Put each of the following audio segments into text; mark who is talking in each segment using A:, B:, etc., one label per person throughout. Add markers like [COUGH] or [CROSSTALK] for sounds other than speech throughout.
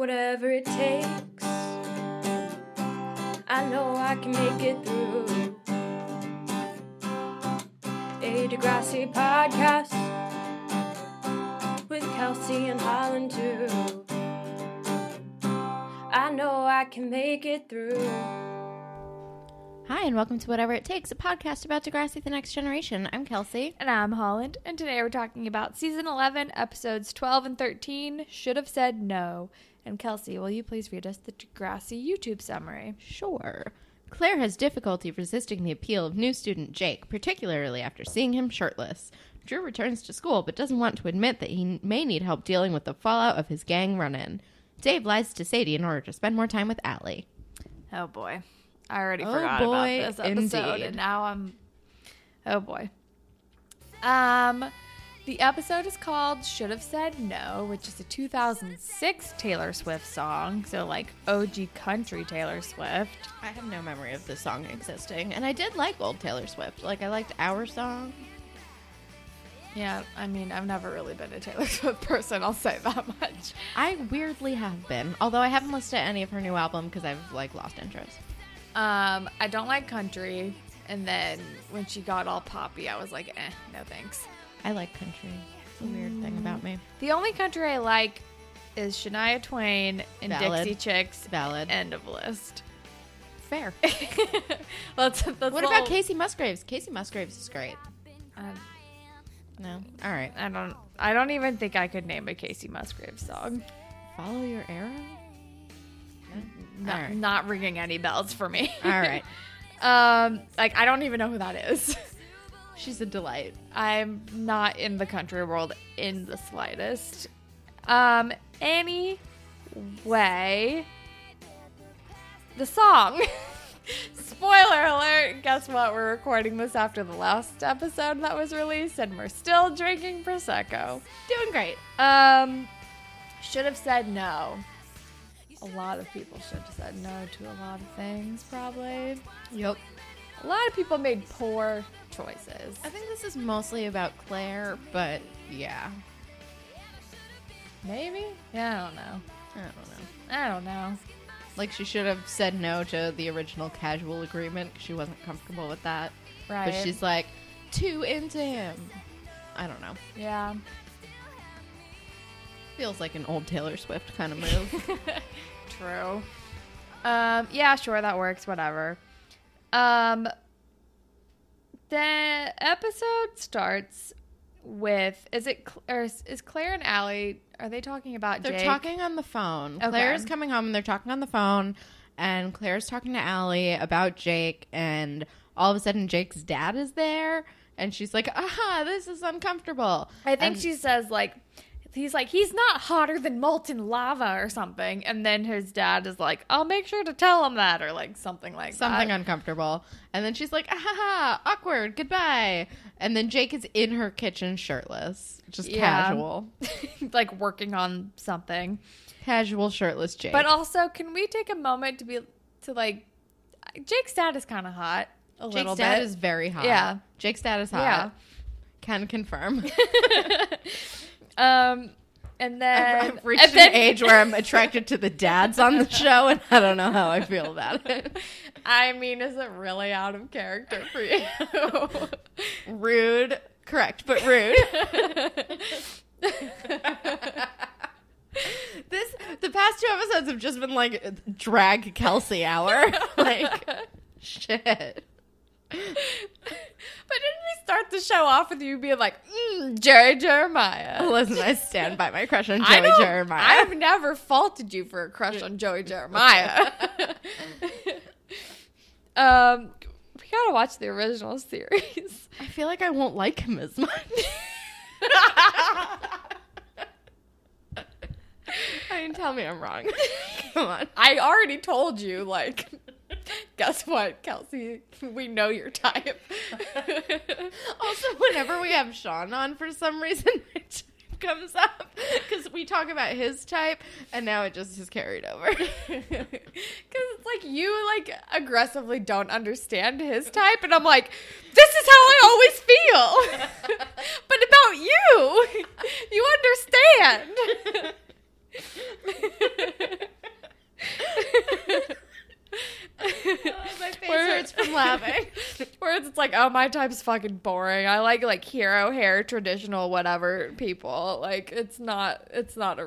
A: whatever it takes. I know I can make it through. A Degrassi podcast with Kelsey and Holland too. I know I can make it through.
B: Hi, and welcome to Whatever It Takes, a podcast about Degrassi the Next Generation. I'm Kelsey.
C: And I'm Holland, and today we're talking about season 11, episodes 12 and 13, Should Have Said No. And Kelsey, will you please read us the Degrassi YouTube summary?
B: Sure. Claire has difficulty resisting the appeal of new student Jake, particularly after seeing him shirtless. Drew returns to school but doesn't want to admit that he may need help dealing with the fallout of his gang run in. Dave lies to Sadie in order to spend more time with Allie.
C: Oh boy. I already
B: Oh,
C: forgot
B: boy,
C: about this episode,
B: indeed.
C: and now I'm. Oh boy. Um, the episode is called Should Have Said No, which is a 2006 Taylor Swift song, so like OG country Taylor Swift.
B: I have no memory of this song existing, and I did like old Taylor Swift. Like, I liked our song.
C: Yeah, I mean, I've never really been a Taylor [LAUGHS] Swift person, I'll say that [LAUGHS] much.
B: I weirdly have been, although I haven't listened to any of her new album because I've, like, lost interest.
C: Um, I don't like country. And then when she got all poppy, I was like, eh, no thanks.
B: I like country. It's a weird thing about me.
C: The only country I like is Shania Twain and
B: Valid.
C: Dixie Chicks.
B: Valid.
C: End of list. [LAUGHS]
B: [LAUGHS] Fair.
C: let's, let's
B: What
C: all-
B: about Casey Musgraves? Casey Musgraves is great.
C: Uh,
B: No. All right.
C: I don't. I don't even think I could name a Casey Musgrave song.
B: Follow your arrow? No.
C: Not,
B: All right.
C: not ringing any bells for me.
B: All [LAUGHS] right.
C: um, like I don't even know who that is. [LAUGHS]
B: She's a delight.
C: I'm not in the country world in the slightest. Um, anyway, the song. [LAUGHS] Spoiler alert! Guess what? We're recording this after the last episode that was released, and we're still drinking prosecco.
B: Doing great.
C: Um, should have said no. A lot of people should have said no to a lot of things, probably.
B: Yep.
C: A lot of people made poor choices.
B: I think this is mostly about Claire, but yeah.
C: Maybe? Yeah, I don't know.
B: I don't know.
C: I don't know.
B: Like, she should have said no to the original casual agreement 'cause she wasn't comfortable with that.
C: Right.
B: But she's like, too into him. I don't know.
C: yeah.
B: Feels like an old Taylor Swift kind of move.
C: True. Um, yeah, sure, that works, whatever. Um the episode starts with is it Cl- or is, is Claire and Allie are they talking about
B: They're
C: Jake?
B: talking on the phone.
C: Okay.
B: Claire's coming home and they're talking on the phone. And Claire's talking to Allie about Jake. And all of a sudden, Jake's dad is there. And she's like, aha, this is uncomfortable.
C: I think
B: And-
C: she says like he's like he's not hotter than molten lava or something and then his dad is like I'll make sure to tell him that or like something like
B: Something
C: that.
B: uncomfortable. And then she's like, aha, awkward, goodbye. And then Jake is in her kitchen shirtless. Just
C: Yeah.
B: casual.
C: [LAUGHS] like working on something.
B: Casual shirtless Jake.
C: But also, can we take a moment to be to like Jake's dad is kind of hot a little
B: Jake's dad
C: bit.
B: is very hot.
C: Yeah.
B: Jake's dad is hot.
C: Yeah.
B: Can confirm.
C: [LAUGHS] um, and then [LAUGHS]
B: I've reached
C: and then-
B: an age where
C: [LAUGHS]
B: I'm attracted to the dads on [LAUGHS] the show, and I don't know how I feel about it.
C: [LAUGHS] I mean, is it really out of character for you?
B: Rude, correct, but [LAUGHS] [LAUGHS]
C: [LAUGHS]
B: rude. this the past two episodes have just been like drag Kelsey [LAUGHS] hour, like shit.
C: but didn't we start the show off with you being like mm, Jerry Jeremiah?
B: Listen, I stand by my crush on
C: I
B: Joey
C: don't,
B: Jeremiah.
C: I've never faulted you for a crush on
B: [LAUGHS]
C: Joey Jeremiah. um, we gotta watch the
B: [LAUGHS]
C: original series.
B: I feel like I won't like him as much. [LAUGHS] I mean, tell me I'm [LAUGHS] wrong. Come on.
C: I already told you, like, [LAUGHS] guess what, Kelsey? We know your type.
B: [LAUGHS] Also, whenever we have Sean on, for some reason, [LAUGHS] my type comes up because we talk about his type, and now it just is carried
C: [LAUGHS]
B: over.
C: Because it's like you, like, aggressively don't understand his type. And I'm like, this is how I always feel. [LAUGHS] but about
B: [LAUGHS]
C: you, you understand.
B: [LAUGHS] Oh,
C: [LAUGHS]
B: laughing.
C: Whereas it's like, oh, my type's fucking boring. I like like hero hair, traditional whatever people. Like it's not it's not a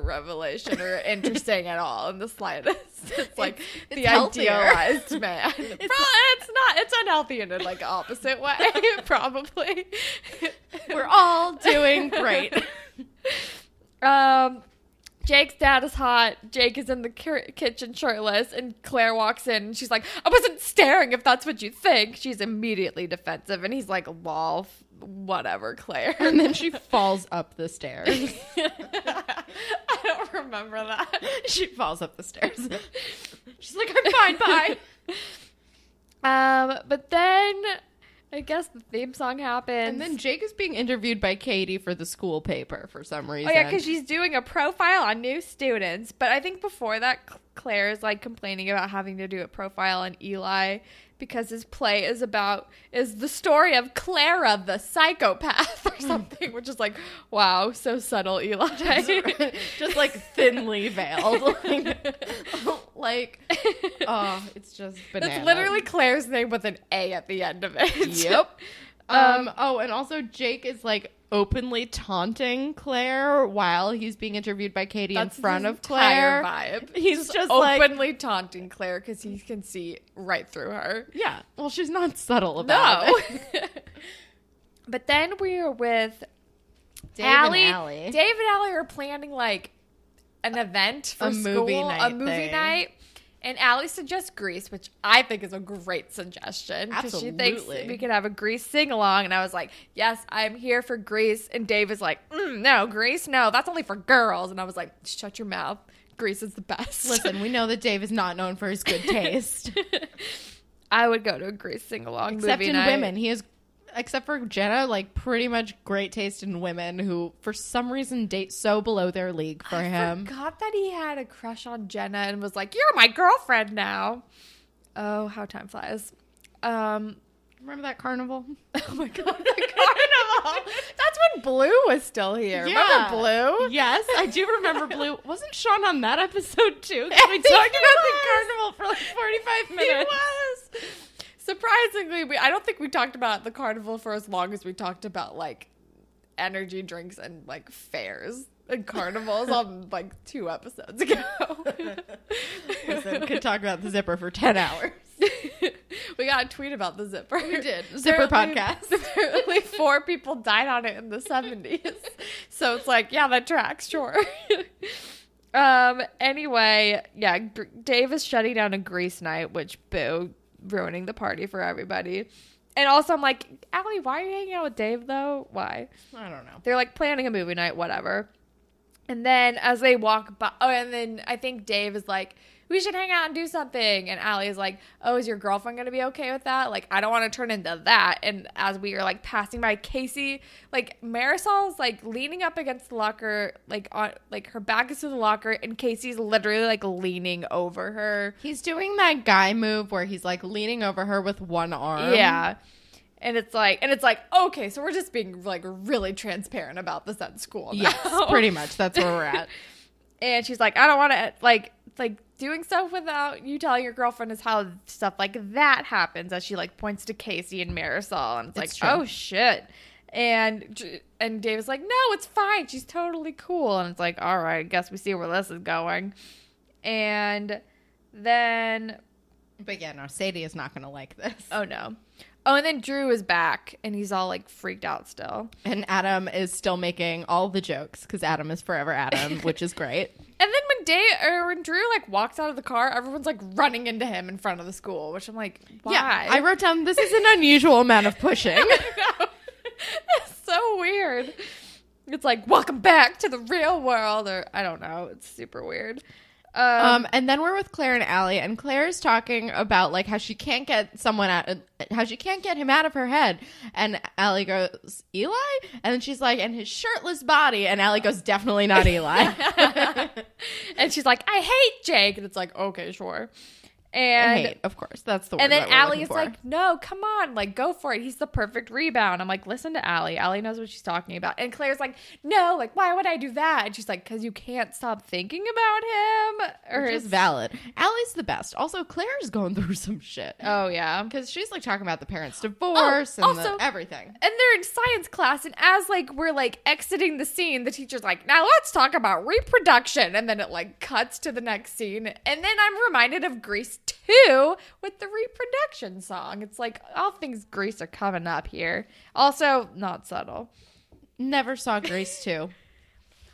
B: [LAUGHS]
C: revelation or interesting at all in the slightest. [LAUGHS] It's like
B: it's
C: the
B: healthier. [LAUGHS]
C: idealized man. Pro- it's, not it's unhealthy in a like opposite way, [LAUGHS] probably.
B: We're all doing great.
C: [LAUGHS] Um, Jake's dad is hot. Jake is in the ki- kitchen shirtless, and Claire walks in. And she's like, "I wasn't staring. If that's what you think." She's immediately defensive, and he's like, "Lol, f- whatever, Claire."
B: And
C: [LAUGHS]
B: then she falls up the stairs.
C: I don't remember that.
B: [LAUGHS] she falls up the stairs. She's like, I'm fine, bye.
C: [LAUGHS] Um, but then I guess the theme song happens.
B: And then Jake is being interviewed by Katie for the school paper for some reason.
C: Oh yeah, because she's doing a profile on new students. But I think before that, Cl- Claire is like complaining about having to do a profile on Eli because his play is about is the story of Clara the
B: [LAUGHS]
C: psychopath or something, which is like, wow, so subtle, [LAUGHS] Eli.
B: just like thinly veiled. [LAUGHS] like, [LAUGHS] oh, it's just banana.
C: [LAUGHS] That's literally Claire's name with an A at the end of it.
B: Yep.
C: [LAUGHS]
B: Um, oh, and also Jake is like openly taunting Claire while he's being interviewed by Katie in
C: That's
B: front
C: his
B: of
C: entire
B: Claire.
C: vibe.
B: He's just like-
C: openly taunting Claire because he can see right through her.
B: Yeah. Well, she's not subtle about
C: No.
B: it.
C: [LAUGHS] but then we are with
B: Dave and [LAUGHS]
C: Allie.
B: Allie.
C: Dave and Allie are planning like an event for
B: a movie
C: school,
B: night
C: a movie
B: thing.
C: night. And Allie suggests Grease, which I think is a great suggestion because she thinks
B: Absolutely.
C: we could have a Grease sing along. And I was like, "Yes, I'm here for Grease." And Dave is like, mm, "No, Grease, no, that's only for girls." And I was like, "Shut your mouth, Grease is the best."
B: Listen, we know that Dave is not known for his [LAUGHS] good taste,
C: [LAUGHS] I would go to a Grease sing along,
B: except
C: movie
B: in
C: night.
B: women. He is, except for Jenna, like pretty much great taste in women who, for some reason, date so below their league for him.
C: forgot that he had a crush on Jenna and was like, "You're my girlfriend now." Oh, how time flies. Um, [LAUGHS]
B: Remember that [LAUGHS] carnival?
C: oh my
B: [LAUGHS]
C: god, the carnival. That's when Blue was still here.
B: Yeah.
C: Remember Blue?
B: Yes, I do [LAUGHS] remember Blue. Wasn't Sean on that episode too? 'Cause [LAUGHS] We talked about the carnival for like 45
C: He
B: minutes.
C: was. Surprisingly, we I don't think we talked about the carnival for as long as we talked about like energy drinks and like fairs and
B: [LAUGHS]
C: carnivals on like two episodes ago.
B: Listen,
C: [LAUGHS]
B: could talk about the zipper for 10 [LAUGHS] hours.
C: we got a tweet about the zipper. We
B: did. Zipper
C: [LAUGHS]
B: podcast. [LAUGHS]
C: Apparently, four people died on it in the 70s. So it's like, yeah, that tracks, sure. [LAUGHS] um. Anyway, yeah, Gr- Dave is shutting down a Grease night, which boo, ruining the party for everybody. And also, I'm like, Allie, why are you hanging out with Dave though? Why?
B: I don't know.
C: They're like planning a movie night, whatever. And then as they walk by, oh, and then I think Dave is like, we should hang out and do something. And Allie is like, oh, is your girlfriend going to be okay with that? Like, I don't want to turn into that. And as we are like passing by Casey, like Marisol's like leaning up against the locker, like on, like her back is to the locker and Casey's literally like leaning over her.
B: He's doing that guy move where he's like leaning over her with one arm.
C: Yeah. And it's like, and it's like, okay, so we're just being like really transparent about this at school.
B: Yes,
C: now.
B: pretty much. That's where we're at.
C: and she's like, I don't want to like like doing stuff without you telling your girlfriend is how stuff like that happens. As she like points to Casey and Marisol, and it's,
B: It's
C: like,
B: true.
C: oh shit. And J- and Dave's like, no, it's fine. She's totally cool. And it's like, all right, guess we see where this is going. And then
B: But yeah, no, Sadie is not going to like this. [LAUGHS]
C: oh no. Oh, and then Drew is back and he's all like freaked out still.
B: And Adam is still making all the jokes because Adam is forever Adam,
C: [LAUGHS]
B: which is great.
C: And then when Dave or when Drew like walks out of the car, everyone's like running into him in front of the school, which I'm like, why?
B: Yeah, I wrote down this is an unusual amount of pushing.
C: That's so weird. It's like welcome back to the real world, or I don't know. It's super weird. [LAUGHS] Um,
B: Um, and then we're with Claire and Allie, and Claire's talking about like how she can't get someone out, uh, how she can't get him out of her head. And Allie goes, Eli, and then she's like, and his shirtless body, and Allie goes, definitely
C: [LAUGHS]
B: not Eli. [LAUGHS]
C: and she's like, I hate Jake, and it's like, okay, sure. And
B: hate, of course. That's the word.
C: and then
B: that we're
C: Allie
B: looking
C: is
B: for.
C: like, no, come on, like go for it. He's the perfect rebound. I'm like, listen to Allie. Allie knows what she's talking about. And Claire's like, no, like why would I do that? And she's like, because you can't stop thinking about him. Or
B: Which is
C: it's-
B: valid. Allie's the best. Also, Claire's going through some shit.
C: Oh yeah.
B: Because she's like talking about the parents' divorce and the-
C: also-
B: everything.
C: And they're in science class, and as like we're like exiting the scene, the teacher's like, now let's talk about reproduction. And then it like cuts to the next scene. And then I'm reminded of Grease 2 with the reproduction song. It's like all things Grease are coming up here. Also, not subtle.
B: Never saw Grace 2.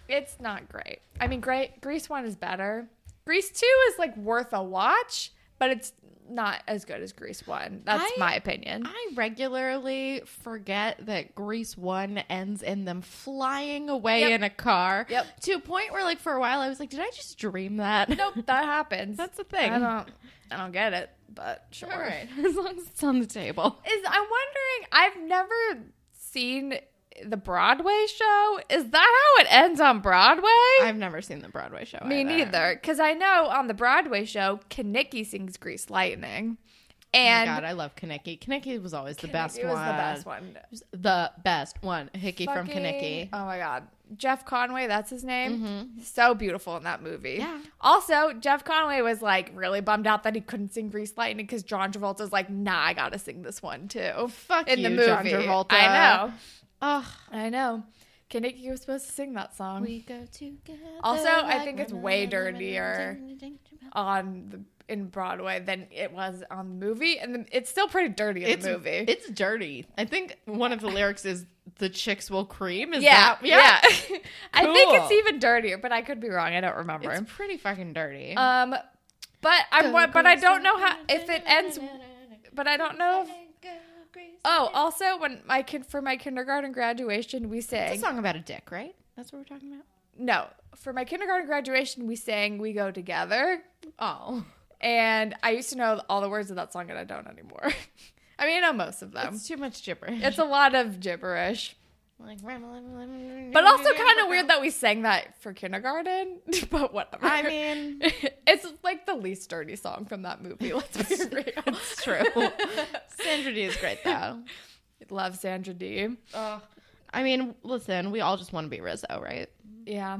C: It's not great. I mean, great Grease 1 is better. Grease 2 is like worth a watch, but it's not as good as Grease 1. That's
B: I-
C: my opinion.
B: [LAUGHS] I regularly forget that Grease 1 ends in them flying away
C: Yep.
B: in a car.
C: Yep.
B: To a point where, like, for a while, I was like, did I just dream that? [LAUGHS]
C: nope, that happens.
B: That's the thing.
C: I don't I don't get it, but sure.
B: All right. [LAUGHS] As long as it's on the table.
C: Is I'm wondering, I've never seen the Broadway show. Is that how it ends on Broadway?
B: I've never seen the Broadway show.
C: Me
B: either. Oh
C: neither, cuz I know on the Broadway show, Kaneki sings Grease Lightning.
B: Oh my
C: And
B: God, I love Kaneki. Kaneki was always the best
C: it was
B: one.
C: the best one.
B: It was the best one. Hickey from
C: Fucking-
B: Kaneki.
C: Oh my god. Jeff Conway, that's his name. So beautiful in that movie.
B: Mm-hmm. Yeah.
C: Also, Jeff Conway was like really bummed out that he couldn't sing Grease Lightning because John Travolta's like, nah, I gotta sing this one too.
B: Fuck
C: in the
B: you,
C: movie.
B: John Travolta.
C: I know.
B: Ugh.
C: I know. Kaneki was supposed to sing that song
B: go together.
C: Also, I think it's way dirtier on the in Broadway than it was on the movie. And the, it's still pretty dirty in
B: It's
C: the movie.
B: It's dirty. I think one of the lyrics is "the chicks will cream." Is
C: yeah,
B: that
C: yeah. [LAUGHS] I think
B: Cool.
C: it's even dirtier, but I could be wrong. I don't remember.
B: It's pretty fucking dirty.
C: Um, but I want, but I don't know how if it ends. But I don't know. if... Oh, also when my kid for my kindergarten graduation we
B: it's
C: sang
B: a song about a dick, right? That's what we're talking about.
C: no for my kindergarten graduation we sang we go together
B: Oh,
C: and I used to know all the words of that song and I don't anymore. [LAUGHS] I mean I know most of
B: [LAUGHS]
C: them.
B: it's too much gibberish.
C: It's a lot of gibberish.
B: like, but
C: But also kind of weird that we sang that for kindergarten, [LAUGHS] but whatever.
B: I mean,
C: [LAUGHS] it's like the least dirty song from that [LAUGHS] movie. Let's be real.
B: it's true. [LAUGHS] Sandra Dee is great though.
C: Love Sandra Dee.
B: Ugh. I mean, listen, we all just want to be Rizzo, right?
C: Yeah.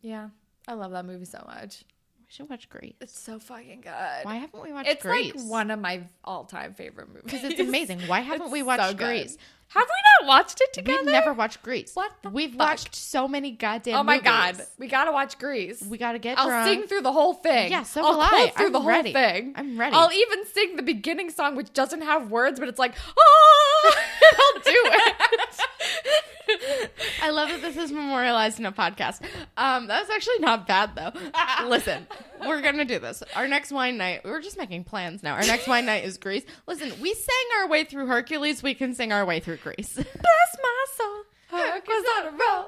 C: Yeah. I love that movie so much.
B: We should watch Grease.
C: It's so fucking good.
B: Why haven't we watched
C: it's
B: Grease?
C: like one of my all time favorite movies.
B: because it's amazing. Why haven't we watched Grease?
C: [LAUGHS] Have we not watched it together?
B: We've never watched Grease.
C: What the
B: We've
C: fuck?
B: watched so many goddamn.
C: Oh my
B: movies.
C: god. We gotta watch Grease.
B: We gotta get
C: I'll
B: drunk.
C: sing through the whole thing.
B: Yeah, so
C: I'll
B: will I.
C: quote through
B: I'm
C: the whole
B: ready.
C: thing.
B: I'm ready.
C: I'll even sing the beginning song, which doesn't have words, but it's like, oh, [LAUGHS] I'll
B: [LAUGHS]
C: do it.
B: I love that this is memorialized in a podcast. Um, that was actually not bad though. [LAUGHS] Listen, we're gonna do this. Our next wine night. We're just making plans now. Our next wine night is Grease. Listen, we sang our way through Hercules. We can sing our way through Grease.
C: Bless my soul. Herc was on a roll.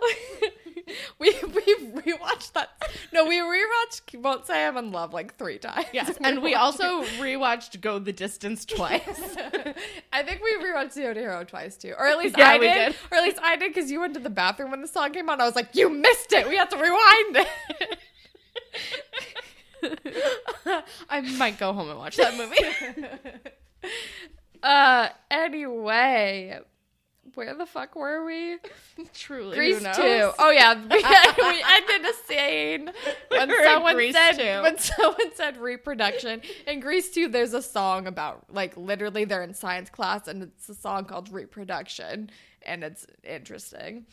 C: we we rewatched that. No, we rewatched Won't Say I'm in Love like three times.
B: [LAUGHS]
C: [LAUGHS]
B: yes, and we also rewatched Go the Distance [LAUGHS] twice.
C: I think we rewatched Zero to Hero twice too, or at least
B: Yeah,
C: I
B: we
C: did.
B: did.
C: or at least I did because you went to the bathroom when the song came on. I was like, "You missed it. We have to rewind it."
B: I might go home and watch that movie.
C: uh, anyway, where the fuck were we?
B: [LAUGHS] Truly,
C: Grease
B: who
C: two.
B: knows?
C: Oh yeah, [LAUGHS] we, we ended a scene when
B: We're in
C: someone
B: Grease
C: said
B: 2.
C: when [LAUGHS] someone said reproduction. In Grease two, there's a song about like literally they're in science class and it's a song called reproduction, and it's interesting.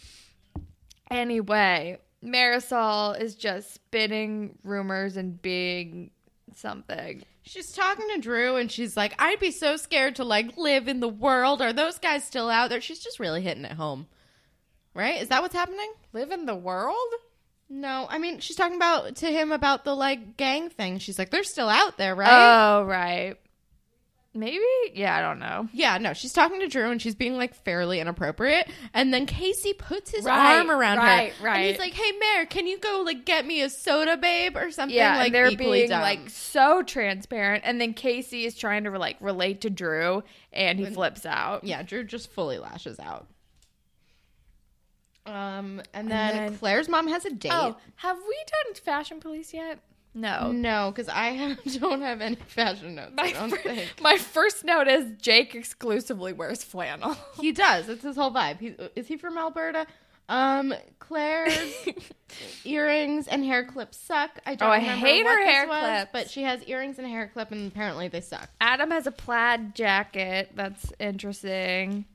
C: Anyway, Marisol is just spinning rumors and being something.
B: She's talking to Drew and she's like, I'd be so scared to like live in the world. Are those guys still out there? She's just really hitting it home. Right? Is that what's happening?
C: Live in the world?
B: No, I mean, she's talking about to him about the like gang thing. She's like, they're still out there, right?
C: Oh right. Maybe? Yeah, I don't know.
B: yeah, no, she's talking to Drew and she's being like fairly inappropriate. And then Casey puts his
C: Right,
B: arm around
C: right,
B: her. And
C: right.
B: he's like, hey, Mayor, can you go like get me a soda, babe, or something?
C: yeah,
B: like
C: and they're
B: equally
C: being
B: dumb.
C: like so transparent, and then Casey is trying to like relate to Drew, and he flips out.
B: Yeah, Drew just fully lashes out. Um, and then,
C: then-
B: Claire's mom has a date.
C: Oh, have we done Fashion Police yet? No.
B: No, because I [LAUGHS] have, don't have any fashion notes.
C: [LAUGHS]
B: Mm,
C: My,
B: I don't
C: fir-
B: think
C: my first note is Jake exclusively wears flannel. [LAUGHS]
B: he does. It's his whole vibe. He's, is he from Alberta? Um, Claire's
C: [LAUGHS]
B: earrings and hair clips suck. I don't
C: Oh, I
B: remember
C: hate
B: what
C: her
B: this
C: hair
B: was,
C: clips.
B: but she has earrings and a hair clip, and apparently they suck.
C: Adam has a plaid jacket. That's interesting.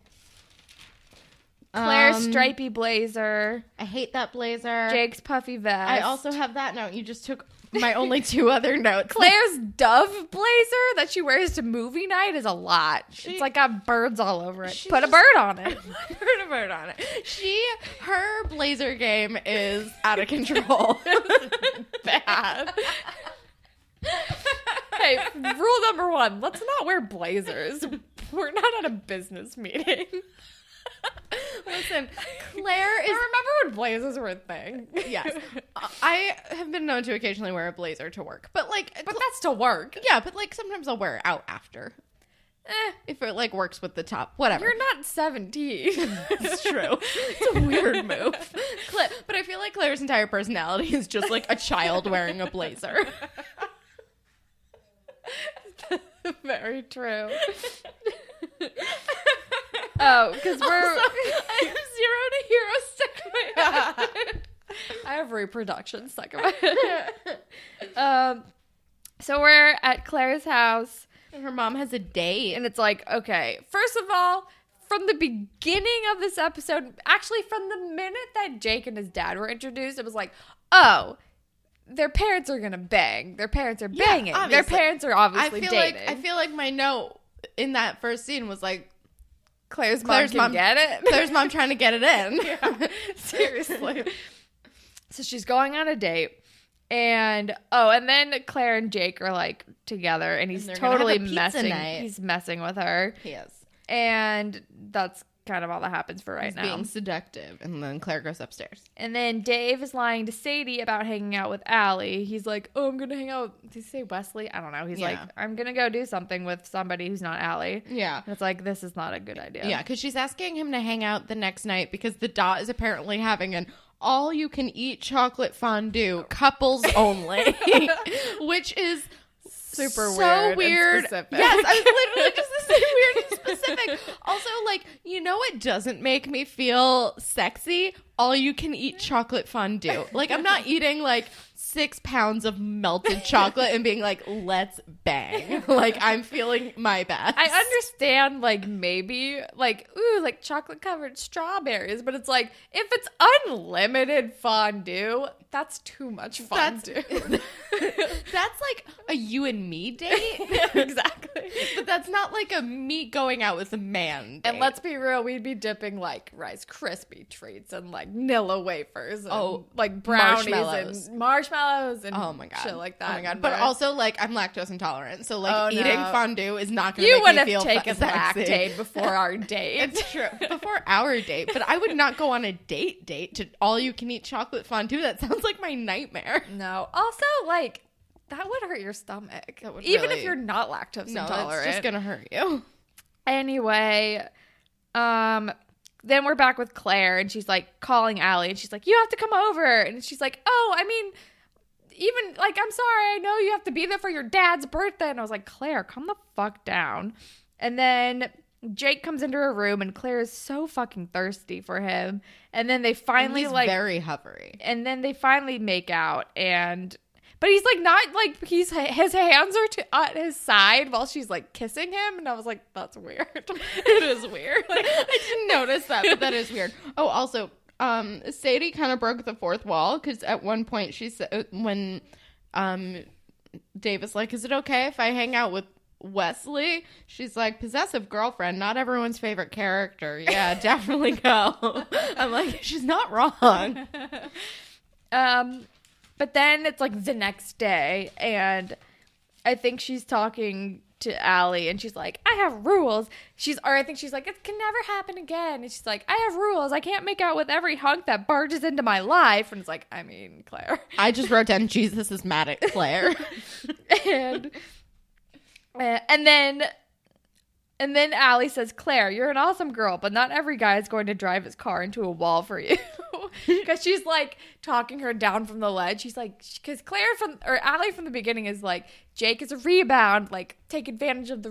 C: Claire's
B: Um,
C: stripy blazer.
B: I hate that blazer.
C: Jake's puffy vest.
B: I also have that note. You just took my only two other
C: [LAUGHS]
B: notes. [LAUGHS]
C: Claire's dove blazer that she wears to movie night is a lot.
B: She-
C: it's like got birds all over it.
B: She's
C: Put a
B: just-
C: bird
B: [LAUGHS]
C: on it.
B: Put a bird on it. She, her blazer game is out of control. [LAUGHS] Bad.
C: hey, rule number one: let's not wear blazers. We're not at a business meeting.
B: Listen, Claire
C: I
B: is.
C: remember when blazers were a thing.
B: [LAUGHS] Yes, I have been known to occasionally wear a blazer to work, but like,
C: but that's to work.
B: yeah, but like sometimes I'll wear it out after
C: Eh,
B: if it like works with the top, whatever.
C: you're
B: [LAUGHS]
C: not seventeen.
B: It's true. It's a weird move. Cla- but I feel like Claire's entire personality is just like a child wearing a [LAUGHS] blazer. [LAUGHS]
C: Very true. oh, because we're.
B: I'm zero to hero stuck in my [LAUGHS]
C: I have reproduction stuck in my um, so we're at Claire's house,
B: Her mom has a date.
C: and it's like, okay, first of all, from the beginning of this episode, actually, from the minute that Jake and his dad were introduced, it was like, oh, their parents are gonna bang. Their parents are banging. their
B: obviously.
C: parents are
B: I
C: obviously
B: feel
C: dating.
B: like I feel like my note in that first scene was like
C: Claire's mom
B: Claire's
C: can
B: mom-
C: get it.
B: Claire's mom trying to get it
C: [LAUGHS]
B: in. [LAUGHS]
C: Seriously. [LAUGHS] so she's going on a date. And oh, and then Claire and Jake are like together and he's
B: they're gonna have a
C: totally
B: pizza
C: messing
B: night.
C: he's messing with her.
B: He is.
C: And that's kind of all that happens for right
B: He's
C: now.
B: being seductive, and then Claire goes upstairs.
C: And then Dave is lying to Sadie about hanging out with Allie. He's like, Oh, I'm gonna hang out with did he say Wesley? I don't know. He's like,
B: Yeah.
C: I'm gonna go do something with somebody who's not Allie.
B: Yeah.
C: And it's like this is not a good idea.
B: Yeah, because she's asking him to hang out the next night because the dot is apparently having an all you can eat chocolate fondue, couples
C: [LAUGHS]
B: only, [LAUGHS] which is
C: Super
B: so
C: weird. and
B: weird.
C: specific.
B: Yes, I was literally
C: [LAUGHS]
B: just the same weird and specific. Also, like you know what doesn't make me feel sexy? All you can eat chocolate fondue. Like I'm not eating like six pounds of melted chocolate and being like, let's bang. [LAUGHS] Like I'm feeling my best.
C: I understand, like maybe, like ooh, like chocolate covered strawberries, but it's like if it's unlimited fondue, that's too much
B: That's-
C: fondue.
B: [LAUGHS] That's like a you and me date.
C: [LAUGHS] exactly.
B: But that's not like a me going out with a man.
C: And
B: date.
C: let's be real, we'd be dipping like Rice Krispie treats and like Nilla wafers. And,
B: Oh,
C: like brownies
B: marshmallows.
C: and marshmallows and
B: Oh my god!
C: shit like that.
B: Oh my god!
C: in
B: But
C: there.
B: also, like, I'm lactose intolerant, so like
C: Oh,
B: eating
C: no.
B: fondue is not going to
C: you
B: make
C: would
B: me
C: have
B: feel
C: taken
B: fe- sexy. [LAUGHS]
C: lactate before our date.
B: It's true.
C: [LAUGHS]
B: Before our date, but I would not go on a date date to all you can eat chocolate fondue. That sounds like my nightmare.
C: No. Also, like that would hurt your stomach.
B: That would
C: Even if
B: really-
C: you're not lactose
B: No,
C: intolerant.
B: that's just gonna hurt you.
C: Anyway, um, then we're back with Claire, and she's like calling Allie, and she's like, "You have to come over," and she's like, "Oh, I mean." Even like, I'm sorry, I know you have to be there for your dad's birthday. And I was like, Claire, come the fuck down. And then Jake comes into her room, and Claire is so fucking thirsty for him. And then they finally,
B: He's
C: like,
B: very hovery.
C: and then they finally make out and but he's like not like he's his hands are to, at his side while she's like kissing him and i was like that's weird [LAUGHS] it is weird
B: I didn't [LAUGHS] notice that, but that is weird. Oh, also, um, Sadie kind of broke the fourth wall because at one point she said, when um, Dave is like, Is it okay if I hang out with Wesley? She's like, Possessive girlfriend, not everyone's favorite character.
C: [LAUGHS]
B: Yeah, definitely go. I'm like, She's not wrong.
C: um but then it's like the next day and i think she's talking to Allie and she's like, I have rules. She's or I think she's like, it can never happen again. And she's like, I have rules. I can't make out with every hunk that barges into my life. And it's like, I mean, Claire.
B: I just wrote down, Jesus is mad at Claire.
C: and uh, and then and then Allie says, "Claire, you're an awesome girl, but not every guy is going to drive his car into a wall for you." [LAUGHS] because she's like talking her down from the ledge. She's like, because Claire from or Allie from the beginning is like, Jake is a rebound, like take advantage of the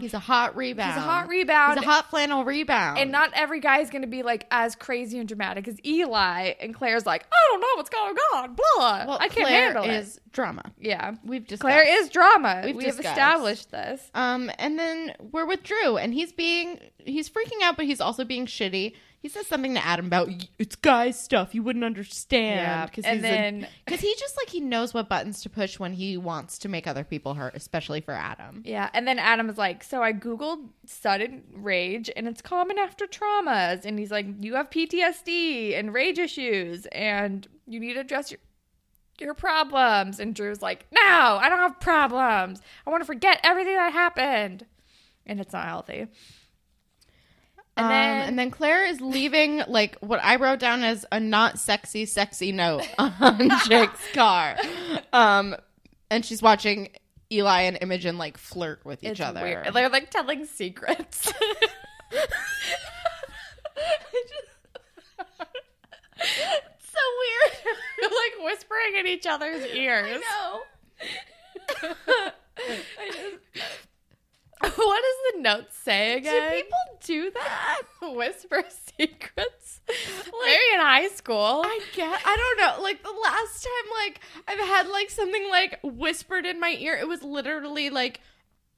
B: [LAUGHS] He's a hot rebound.
C: He's a hot rebound.
B: He's a hot flannel rebound.
C: and not every guy is going to be like as crazy and dramatic as Eli. And Claire's like, I don't know what's going on. Blah.
B: well,
C: I can't
B: Claire
C: handle
B: is drama.
C: it. Yeah.
B: We've discussed.
C: Claire is drama.
B: We've
C: we have
B: discussed.
C: established this.
B: Um, and then we're with Drew, and he's being he's freaking out, but he's also being shitty. He says something to Adam about "Y- it's guy stuff you wouldn't
C: Yeah,
B: understand because
C: and then-
B: because he just like he knows what buttons to push when he wants to make other people hurt, especially for Adam.
C: Yeah, and then Adam is like, "So I googled sudden rage, and it's common after traumas." And he's like, "You have PTSD and rage issues, and you need to address your your problems." And Drew's like, "No, I don't have problems. I want to forget everything that happened." And it's not healthy. And
B: Um,
C: then
B: and then Claire is leaving like what I wrote down as a not sexy, sexy note [LAUGHS] on Jake's car. Um, and she's watching Eli and Imogen like flirt with each
C: it's
B: other.
C: weird. And They're like
B: [LAUGHS]
C: telling secrets. [LAUGHS] I just- It's so weird. [LAUGHS] They're like whispering in each other's ears.
B: No.
C: [LAUGHS] What does the note say again?
B: people
C: do that? [LAUGHS] Whisper secrets? Maybe in high school.
B: I guess I don't know. Like the last time, like I've had like something like whispered in my ear. It was literally like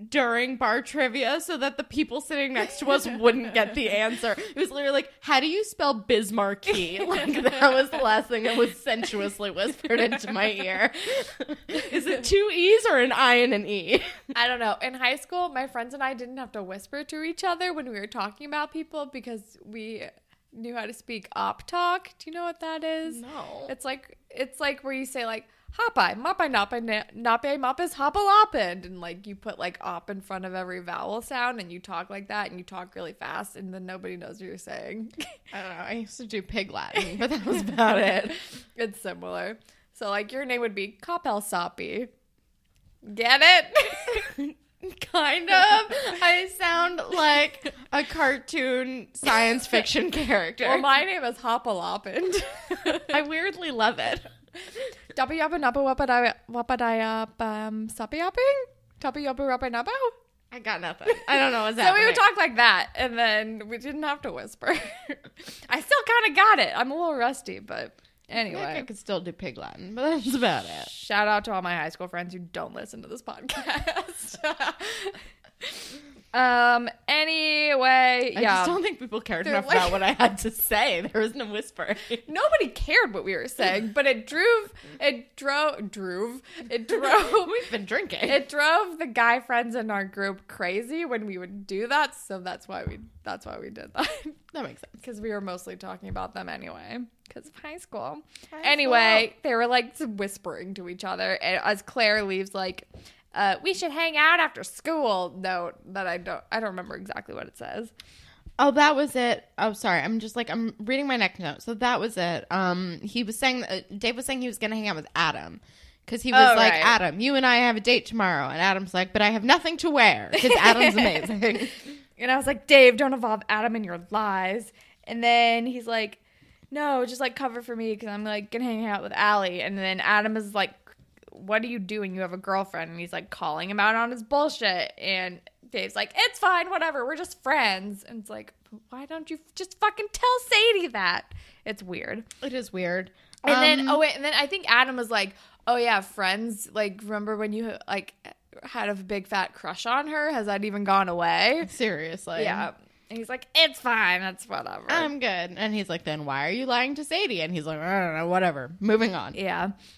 B: during bar trivia, so that the people sitting next to us wouldn't get the answer. It was literally like, "How do you spell [LAUGHS] Bismarcky?" Like that was the last thing that was sensuously whispered into my ear. Is it two E's or an I and an E?
C: I don't know. In high school, my friends and I didn't have to whisper to each other when we were talking about people because we knew how to speak op talk. Do you know what that is?
B: No.
C: It's like it's like where you say like hopeye, mopeye, nopai, na- nape, mopis, hopalopin, and like you put like op in front of every vowel sound, and you talk like that, and you talk really fast, and then nobody knows what you're saying. [LAUGHS]
B: I don't know. I used to do Pig Latin, but that was about it.
C: It's similar. So like your name would be Copel Soppy. Get it? [LAUGHS]
B: Kind of. I sound like a cartoon science fiction character.
C: well, my name is [LAUGHS] Hopalopin.
B: I weirdly love it.
C: Dabba yabba nabba wapadaya wapadaya um soppy yapping? Dabba yabba rabba nabba?
B: I got nothing. I don't know what's
C: So we would talk like that, and then we didn't have to whisper. I still kind of got it. I'm a little rusty, but
B: I think I
C: anyway.
B: could still do Pig Latin, but that's about it.
C: Shout out to all my high school friends who don't listen to this podcast. um. Anyway,
B: I
C: yeah.
B: just don't think people cared
C: They're
B: enough
C: like-
B: about what I had to say. [LAUGHS] There was no whispering.
C: nobody cared what we were saying, but it drove it drove drove it drove
B: We've been drinking.
C: it drove the guy friends in our group crazy when we would do that. So that's why we that's why we did that [LAUGHS]
B: that makes sense.
C: because we were mostly talking about them anyway because of high school.
B: High
C: anyway, they were like whispering to each other and as Claire leaves, like. Uh, we should hang out after school. Note that I don't, I don't remember exactly what it says.
B: Oh, that was it. Oh, sorry. I'm just like I'm reading my next note. So that was it. Um, he was saying uh, Dave was saying he was gonna hang out with Adam because he was
C: Oh,
B: like,
C: right.
B: Adam, you and I have a date tomorrow, and Adam's like, but I have nothing to wear because [LAUGHS] Adam's amazing.
C: And I was like, Dave, don't involve Adam in your lies. And then he's like, no, just like cover for me because I'm like gonna hang out with Allie. And then Adam is like, what are you doing? You have a girlfriend. And he's like calling him out on his bullshit. And Dave's like, it's fine, whatever. We're just friends. And it's like, why don't you just fucking tell Sadie that? It's weird.
B: It is weird.
C: And then
B: Um,
C: oh wait, and then I think Adam was like, "Oh yeah, friends. Like remember when you like had a big fat crush on her? Has that even gone away?"
B: seriously,
C: Yeah. And he's like, it's fine. That's whatever.
B: I'm good. And he's like, then why are you lying to Sadie? And he's like, I don't know, whatever. Moving on.
C: yeah.
B: [LAUGHS]
C: [LAUGHS]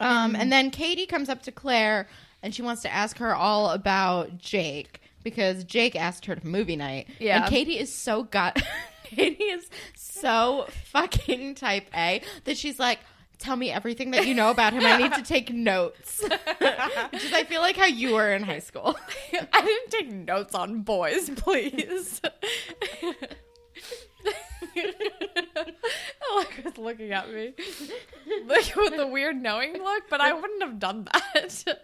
B: Um, and then Katie comes up to Claire and she wants to ask her all about Jake because Jake asked her to movie night.
C: Yeah.
B: And Katie is so gut. [LAUGHS] Katie is so fucking type A that she's like, tell me everything that you know about him. I need to take notes. [LAUGHS] Which is, I feel like how you were in high school.
C: I didn't take notes on boys, please. [LAUGHS] Alec was looking at me like with a weird knowing look, but I wouldn't have done that.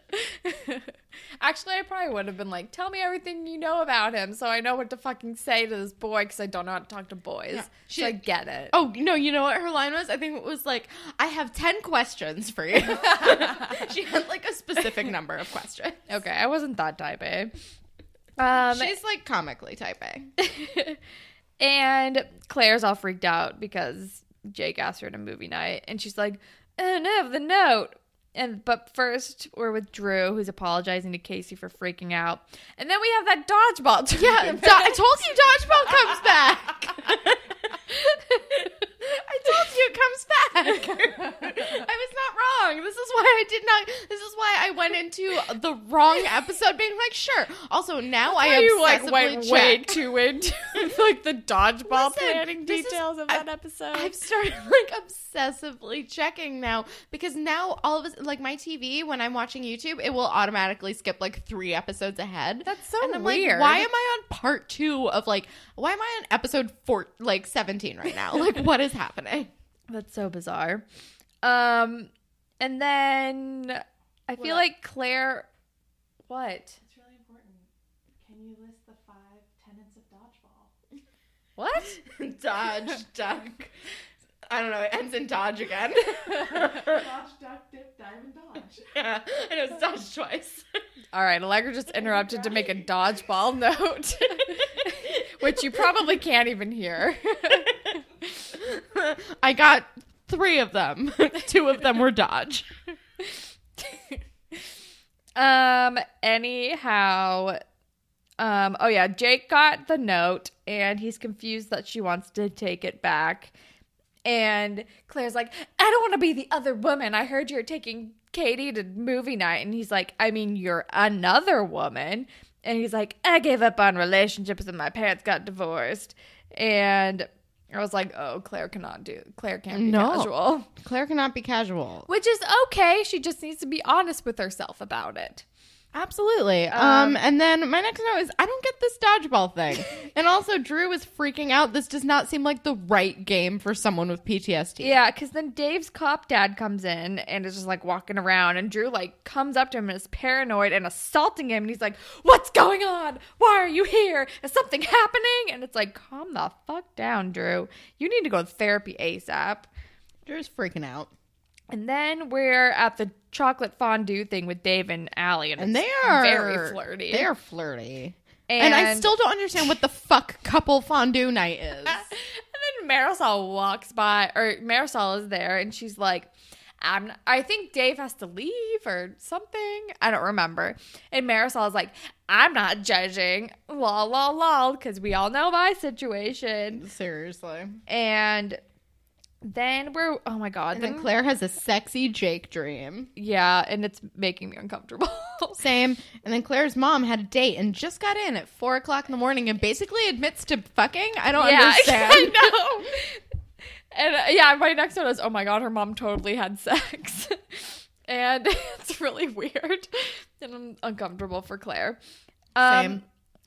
C: [LAUGHS] Actually, I probably would have been like, tell me everything you know about him so I know what to fucking say to this boy because I don't know how to talk to boys.
B: Yeah.
C: So I get it.
B: [LAUGHS] Oh no! You know what her line was? I think it was like, "I have ten questions for you." [LAUGHS] she had like a specific number of questions.
C: Okay, I wasn't that type A. Um,
B: She's like comically type A.
C: and Claire's all freaked out because Jake asked her to movie night, and she's like, "Oh no, the note." And but first, we're with Drew, who's apologizing to Casey for freaking out, and then we have that dodgeball.
B: Yeah, do- I told you dodgeball comes [LAUGHS]
C: [LAUGHS]
B: back. I told you it comes back. [LAUGHS] I was not wrong. This is why I did not. This is why I went into the wrong episode, being like, sure. Also, now I
C: you
B: obsessively
C: like went
B: check.
C: way too [LAUGHS] into like the dodgeball
B: Listen,
C: planning
B: this is-
C: details of
B: I-
C: that episode.
B: I've started [LAUGHS] like obsessively checking now because now all of us like my TV when I'm watching YouTube it will automatically skip like three episodes ahead.
C: That's so
B: and I'm
C: weird.
B: Like, why am I on part two of like why am I on episode four like seventeen right now? Like what is happening?
C: That's so bizarre. Um, and then I feel
B: What?
C: like Claire. What?
D: It's really important. Can you list the five tenets of dodgeball?
C: What?
B: [LAUGHS] Dodge, duck. I don't know. It ends in dodge [LAUGHS] again.
D: Dodge, duck, dip, dive, and dodge.
B: yeah, I know it's dodge twice.
C: All right, Allegra just interrupted to make a dodgeball [LAUGHS]
D: [LAUGHS]
C: note, which you probably can't even hear.
B: [LAUGHS] I got three of them. [LAUGHS] Two of them were [LAUGHS] dodge.
C: um, anyhow, um, oh yeah, Jake got the note and he's confused that she wants to take it back. And Claire's like, I don't want to be the other woman. I heard you're taking Katie to movie night. And he's like, I mean, you're another woman. And he's like, I gave up on relationships and my parents got divorced. And I was like, oh, Claire cannot do, Claire can't be
B: No.
C: casual.
B: Claire cannot be casual.
C: Which is okay. She just needs to be honest with herself about it.
B: Absolutely. Um, and then my next note is I don't get this dodgeball
C: [LAUGHS]
B: thing. and also, Drew is freaking out. This does not seem like the right game for someone with PTSD.
C: Yeah, because then Dave's cop dad comes in and is just like walking around, and Drew like comes up to him and is paranoid and assaulting him, and he's like, "What's going on? Why are you here? Is something happening?" And it's like, "Calm the fuck down, Drew. You need to go to therapy asap."
B: Drew's freaking out.
C: And then we're at the chocolate fondue thing with Dave and Allie, and,
B: And
C: it's
B: they are
C: very flirty.
B: They are flirty. And, I
C: And-
B: still don't understand what the fuck couple fondue night
C: [LAUGHS]
B: is.
C: and then Marisol walks by, or Marisol is there, and she's like, I'm not- I think Dave has to leave or something. I don't remember. And Marisol is like, I'm not judging. Lol, lol, lol, because we all know my situation.
B: Seriously.
C: And then we're, oh my God.
B: And then Claire has a sexy Jake dream.
C: yeah, and it's making me uncomfortable. [LAUGHS]
B: Same. And then Claire's mom had a date and just got in at four o'clock in the morning and basically admits to fucking. I don't
C: [LAUGHS]
B: understand.
C: I know. And uh, yeah, my next one is oh my god, her mom totally had sex. [LAUGHS] and [LAUGHS] it's really weird and un- uncomfortable for Claire. Um,
B: [LAUGHS] Same.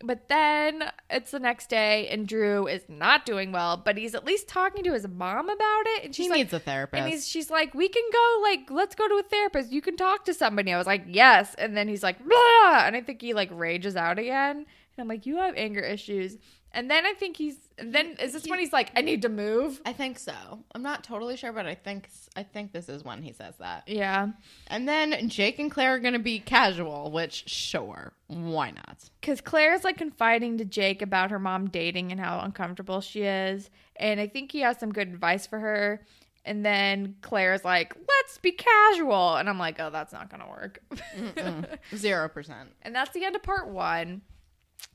C: But then it's the next day, and Drew is not doing well, but he's at least talking to his mom about it. And she's
B: She
C: like,
B: needs a therapist.
C: and he's, she's like, we can go, like, let's go to a therapist. You can talk to somebody. I was like, yes. And then he's like, blah. And I think he like rages out again. And I'm like, you have anger issues. And then I think he's, and then is this when he's like, I need to move?
B: I think so. I'm not totally sure, but I think I think this is when he says that.
C: Yeah.
B: And then Jake and Claire are going to be casual, which sure, why
C: [LAUGHS]
B: not?
C: Cause Claire's like confiding to Jake about her mom dating and how uncomfortable she is. And I think he has some good advice for her. And then Claire's like, let's be casual. And I'm like, oh, that's not going to work. [LAUGHS]
B: Zero percent.
C: and that's the end of part one.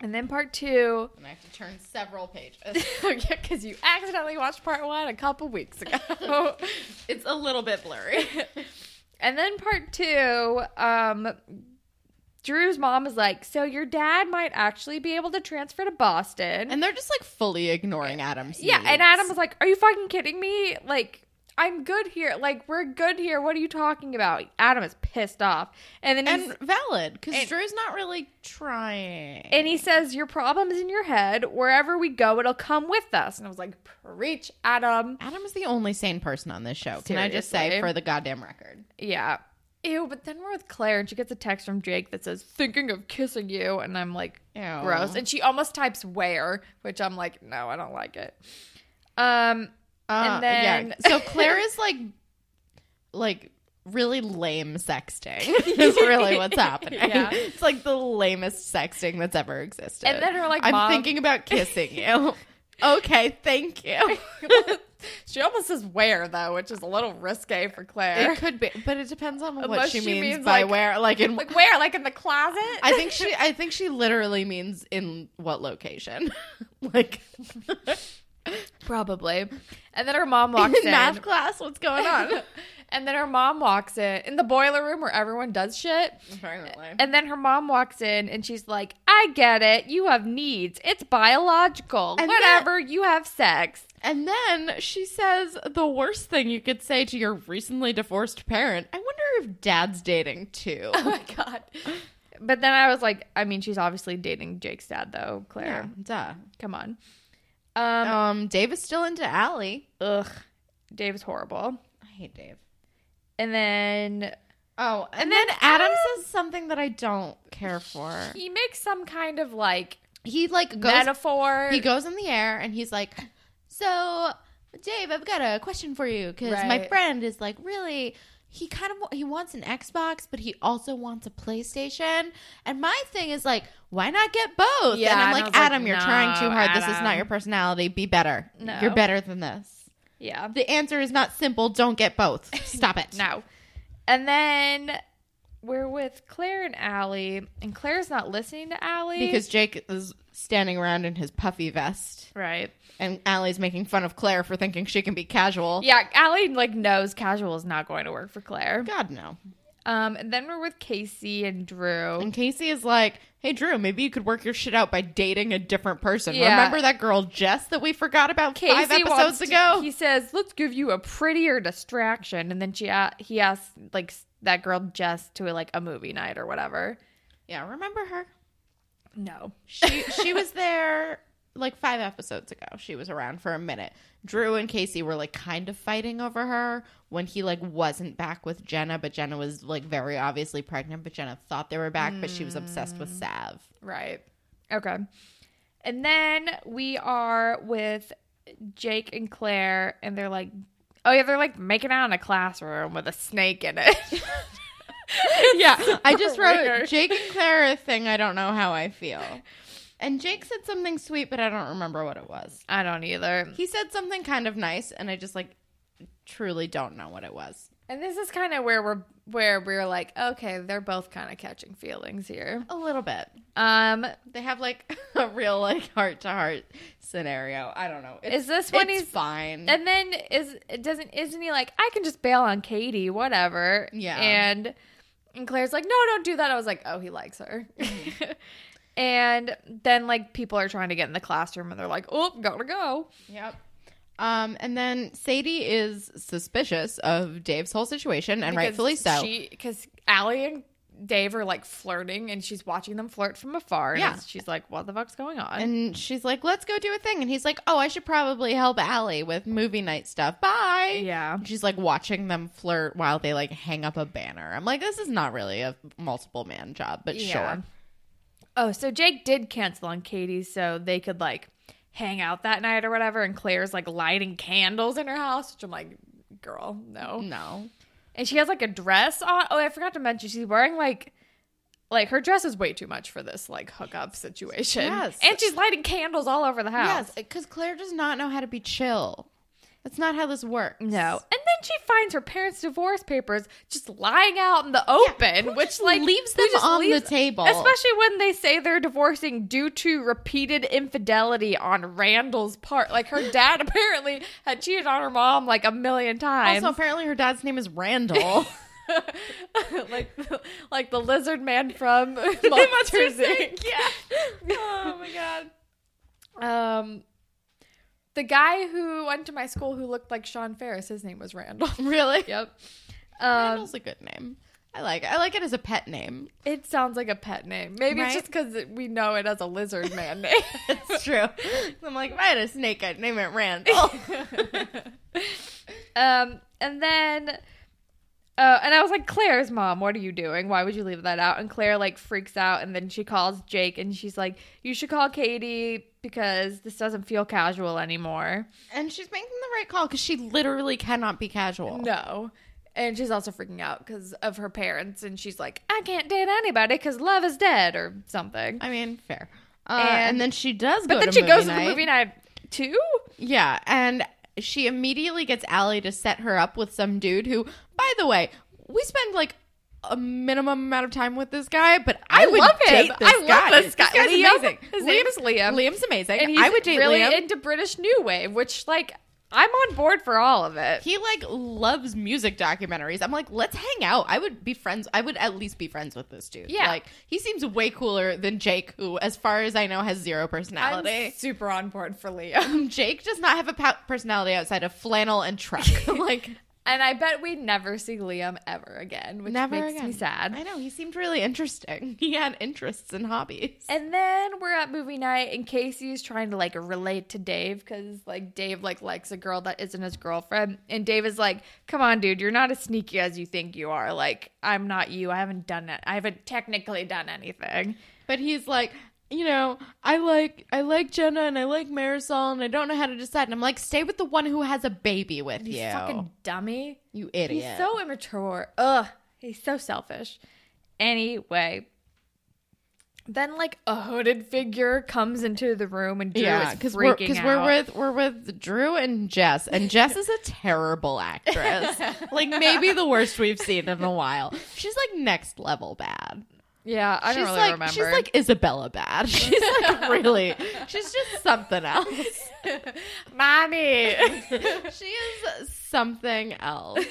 C: And then part two, [LAUGHS]
B: And I have to turn several pages.
C: because you accidentally watched part one a couple weeks ago. [LAUGHS]
B: it's a little bit blurry.
C: and then part two, um, Drew's mom is like, So your dad might actually be able to transfer to Boston.
B: and they're just like fully ignoring Adam's.
C: yeah. And
B: needs.
C: Adam was like, Are you fucking kidding me? Like, I'm good here. Like, we're good here. What are you talking about? Adam is pissed off. And then he's-
B: and valid because
C: and-
B: Drew's not really trying.
C: And he says, Your problem is in your head. Wherever we go, it'll come with us. And I was like, Preach, Adam.
B: Adam is the only sane person on this show. Can I just say
C: Seriously.
B: for the goddamn record?
C: Yeah. Ew, but then we're with Claire and she gets a text from Jake that says, thinking of kissing you. And I'm like,
B: Ew.
C: gross. And she almost types where, which I'm like, no, I don't like it. Um,
B: Uh,
C: and then,
B: yeah. so Claire is like, like really lame [LAUGHS] sexting. is really what's happening.
C: Yeah.
B: It's like the lamest sexting that's ever existed.
C: And then her, like,
B: I'm
C: mom-
B: thinking about kissing [LAUGHS] you. okay, thank you.
C: she almost says where, though, which is a little risque for Claire.
B: it [LAUGHS] could be, but it depends on what
C: Unless
B: she,
C: she
B: means,
C: means,
B: by
C: like-
B: where. Like in,
C: like, where? Like in the closet?
B: [LAUGHS] I [LAUGHS] think she, I think she literally means in what location. [LAUGHS] like
C: Probably. And then her [LAUGHS]
B: [LAUGHS]
C: mom walks in.
B: math class, what's going [LAUGHS] on?
C: [LAUGHS] and then her mom walks in in the boiler room where everyone does shit.
B: Apparently.
C: And then her mom walks in and she's like, I get it. You have needs. It's biological.
B: And
C: Whatever. you have sex.
B: And then she says the worst thing you could say to your recently divorced parent. I wonder if dad's dating [LAUGHS] too.
C: Oh my God. But then I was like, I mean, she's obviously dating Jake's dad, though, Claire.
B: duh.
C: Come on.
B: Um,
C: Um,
B: Dave is still into Allie.
C: Ugh. Dave's horrible.
B: I hate Dave.
C: And then
B: Oh, and, then, Adam says something that I don't care for.
C: he makes some kind of like
B: He like goes
C: metaphor.
B: he goes in the air and he's like, "So, Dave, I've got a question for you because my
C: Right.
B: friend is like really." He kind of wa- he wants an Xbox, but he also wants a PlayStation. And my thing is like, why not get both?
C: Yeah,
B: and I'm
C: and I
B: like,
C: was like,
B: Adam, you're trying too
C: no,
B: hard. This is not
C: Adam.
B: your personality. Be better.
C: No.
B: You're better than this.
C: yeah.
B: The answer is not simple. Don't get both. Stop
C: [LAUGHS]
B: it.
C: No. And then we're with Claire and Allie, and Claire's not listening to Allie.
B: Because Jake is standing around in his puffy vest,
C: right.
B: and Allie's making fun of Claire for thinking she can be casual.
C: Yeah, Allie like knows casual is not going to work for Claire.
B: God no.
C: Um, and then we're with Casey and Drew.
B: And Casey is like, hey, Drew, maybe you could work your shit out by dating a different person.
C: Yeah.
B: Remember that girl Jess that we forgot about five
C: Casey
B: episodes
C: wants to-
B: ago?
C: he says, "Let's give you a prettier distraction." And then she a- he asks like s- that girl Jess to like a movie night or whatever.
B: yeah, remember her?
C: No.
B: She, she was there like five episodes ago. She was around for a minute. Drew and Casey were like kind of fighting over her when he like wasn't back with Jenna, but Jenna was like very obviously pregnant, but Jenna thought they were back, but she was obsessed with Sav.
C: Right. Okay. And then we are with Jake and Claire, and they're like, oh, yeah, they're like making out in a classroom with a snake
B: [LAUGHS]
C: in it. yeah.
B: I [LAUGHS]
C: [LAUGHS]
B: just wrote
C: Weird.
B: Jake and Claire are a thing I don't know how I feel. And Jake said something sweet, but I don't remember what it was.
C: I don't either.
B: He said something kind of nice, and I just like truly don't know what it was.
C: And this is kind of where we're where we're like, okay, they're both kind of catching feelings here.
B: A little bit.
C: Um,
B: They have like [LAUGHS] a real like heart to heart scenario. I don't know. It's,
C: Is this when
B: it's
C: he's-
B: fine?
C: and then is it doesn't isn't he like, I can just bail on Katie, whatever.
B: Yeah.
C: And and Claire's like, no, don't do that. I was like, oh, he likes her.
B: Mm-hmm.
C: [LAUGHS] and then like people are trying to get in the classroom and they're like, oh, gotta go.
B: yep. Um, and then Sadie is suspicious of Dave's whole situation, and rightfully so.
C: Because Allie and Dave are like flirting and she's watching them flirt from afar. And
B: Yeah.
C: she's like, what the fuck's going on?
B: and she's like, "Let's go do a thing," and he's like, "Oh, I should probably help Allie with movie night stuff. Bye."
C: yeah.
B: And She's like watching them flirt while they like hang up a banner. I'm like, this is not really a multiple man job, but
C: Yeah.
B: sure.
C: Oh, so Jake did cancel on Katie so they could like hang out that night or whatever. And Claire's like lighting candles in her house, which I'm like, girl, no.
B: No.
C: And she has like a dress on. Oh, I forgot to mention she's wearing like like her dress is way too much for this like hookup situation.
B: Yes.
C: And she's lighting candles all over the house.
B: Yes, because Claire does not know how to be chill. That's not how this works.
C: No. And then she finds her parents' divorce papers just lying out in the open,
B: who
C: which
B: just
C: like
B: leaves
C: who
B: them
C: just
B: on the table?
C: Especially when they say they're divorcing due to repeated infidelity on Randall's part. Like her dad [LAUGHS] apparently had cheated on her mom like a million times.
B: Also, apparently her dad's name is Randall.
C: [LAUGHS] like [LAUGHS] like the lizard man [LAUGHS] from Monsters [LAUGHS] Inc. Yeah. Oh my god. Um the guy who went to my school who looked like Sean Ferris, his name was Randall. [LAUGHS]
B: really?
C: yep. Um,
B: Randall's a good name. I like it. I like it as a pet name.
C: It sounds like a pet name. Maybe it's
B: Right?
C: just because we know it as a lizard man name. [LAUGHS]
B: It's true. I'm like, if I had a snake, I'd name it Randall.
C: um, and then Oh, and I was like, Claire's mom, what are you doing? Why would you leave that out? And Claire like freaks out and then she calls Jake and she's like, You should call Katie because this doesn't feel casual anymore.
B: And she's making the right call because she literally cannot be casual.
C: No. And she's also freaking out because of her parents and she's like, I can't date anybody because love is dead or something.
B: I mean, fair. Uh, and,
C: And-
B: then she does go
C: But then
B: to
C: she
B: movie
C: goes
B: night.
C: to the movie night too?
B: Yeah, and she immediately gets Allie to set her up with some dude who, by the way, we spend like a minimum amount of time with this guy, but I,
C: I
B: would
C: love him.
B: date this
C: I love
B: guy.
C: this guy.
B: guy's
C: Liam.
B: amazing.
C: His name is Liam.
B: Liam's amazing.
C: And he's
B: I would date
C: really
B: Liam.
C: into British New Wave, which like I'm on board for all of it.
B: he like loves music documentaries. I'm like, let's hang out. I would be friends. I would at least be friends with this dude.
C: Yeah.
B: like he seems way cooler than Jake, who, as far as I know, has zero
C: I'm
B: personality.
C: super on board for
B: [LAUGHS]
C: Liam.
B: Jake does not have a pa- personality outside of flannel and
C: [LAUGHS]
B: truck. [LAUGHS] like
C: And I bet we never see Liam ever again, which
B: never
C: makes
B: again.
C: me
B: I
C: sad.
B: know he seemed really interesting. [LAUGHS] He had interests and hobbies.
C: And then we're at movie night, and Casey's trying to like relate to Dave because like Dave like likes a girl that isn't his girlfriend, and Dave is like, "Come on, dude, you're not as sneaky as you think you are. Like, I'm not you. I haven't done it. I haven't technically done anything."
B: But he's like, you know, I like I like Jenna and I like Marisol and I don't know how to decide. And I'm like, stay with the one who has a baby with
C: He's
B: you.
C: fucking dummy.
B: you idiot.
C: He's so immature. Ugh, he's so selfish. Anyway, then like a hooded figure comes into the room and Drew
B: yeah,
C: is
B: because
C: freaking
B: we're, 'cause we're
C: out.
B: with we're with Drew and Jess, and Jess is a terrible [LAUGHS] actress. like maybe the worst we've seen in a while. She's like next level bad.
C: yeah, I
B: she's
C: don't really
B: like
C: remember.
B: she's like Isabella bad. [LAUGHS] She's like really she's just something else. [LAUGHS]
C: mommy. [LAUGHS]
B: She is something else.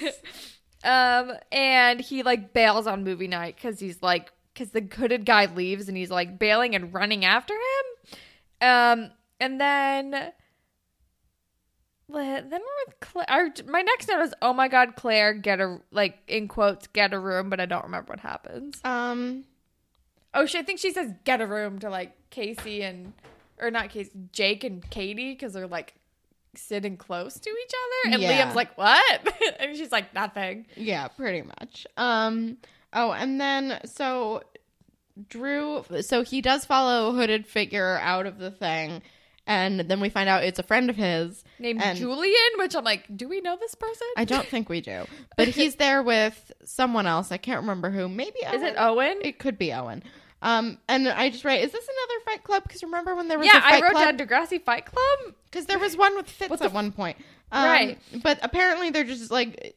C: um, and he like bails on movie night because he's like because the hooded guy leaves and he's like bailing and running after him. Um, and then. Le- Then we're with Claire. Our, my next note is, "Oh my God, Claire, get a like in quotes, get a room," but I don't remember what happens.
B: [LAUGHS] Um
C: Oh, she, I think she says get a room to like Casey and, or not Casey, Jake and Katie because they're like sitting close to each other. And
B: Yeah.
C: Liam's like, what? [LAUGHS] and she's like, nothing.
B: yeah, pretty much. Um oh, and then so Drew so he does follow hooded figure out of the thing and then we find out it's a friend of his
C: Named
B: and-
C: Julian, which I'm like, do we know this person?
B: I don't think we do. But
C: [LAUGHS]
B: he's there with someone else. I can't remember who. Maybe
C: Is it
B: Owen?
C: Owen?
B: It could be Owen. Um, and I just write, is this another Fight Club? Because remember when there was
C: yeah,
B: a
C: I
B: Fight
C: wrote
B: Club? Oh
C: down Degrassi Fight Club.
B: Because there was one with Fitz
C: What
B: at
C: the
B: one point. Um,
C: Right.
B: But apparently they're just like,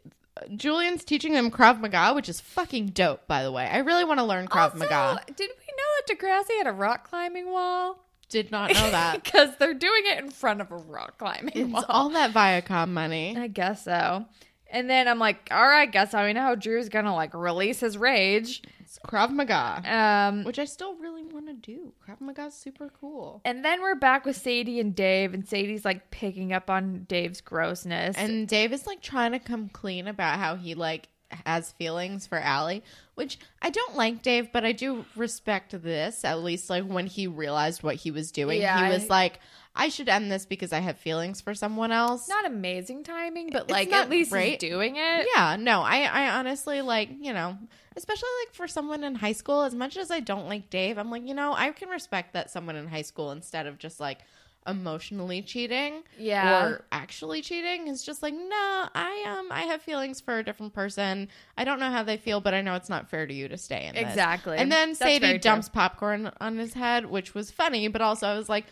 B: Julian's teaching them Krav Maga, which is fucking dope, by the way. I really want to learn Krav
C: also,
B: Maga.
C: did we know that Degrassi had a rock climbing wall?
B: Did not know
C: [LAUGHS]
B: that.
C: Because they're doing it in front of a rock climbing wall.
B: Uh, it's [LAUGHS] all that Viacom money.
C: I guess so. And then I'm like, all right, guess I know how Drew's gonna like release his rage.
B: It's Krav Maga,
C: Um,
B: which I still really want to do. Krav Maga's super cool.
C: and then we're back with Sadie and Dave, and Sadie's like picking up on Dave's grossness.
B: And Dave is like trying to come clean about how he like has feelings for Allie, which I don't like Dave, but I do respect this. At least like when he realized what he was doing,
C: Yeah,
B: he
C: I-
B: was like, I should end this because I have feelings for someone else.
C: not amazing timing, but
B: It's
C: like
B: not
C: at least
B: great.
C: he's doing it.
B: yeah, no, I, I honestly like, you know, especially like for someone in high school, as much as I don't like Dave, I'm like, you know, I can respect that someone in high school instead of just like emotionally cheating.
C: Yeah.
B: or actually cheating is just like no i um i have feelings for a different person i don't know how they feel but i know it's not fair to you to stay in this.
C: Exactly.
B: and then
C: That's
B: sadie
C: very true.
B: dumps popcorn on his head which was funny but also i was like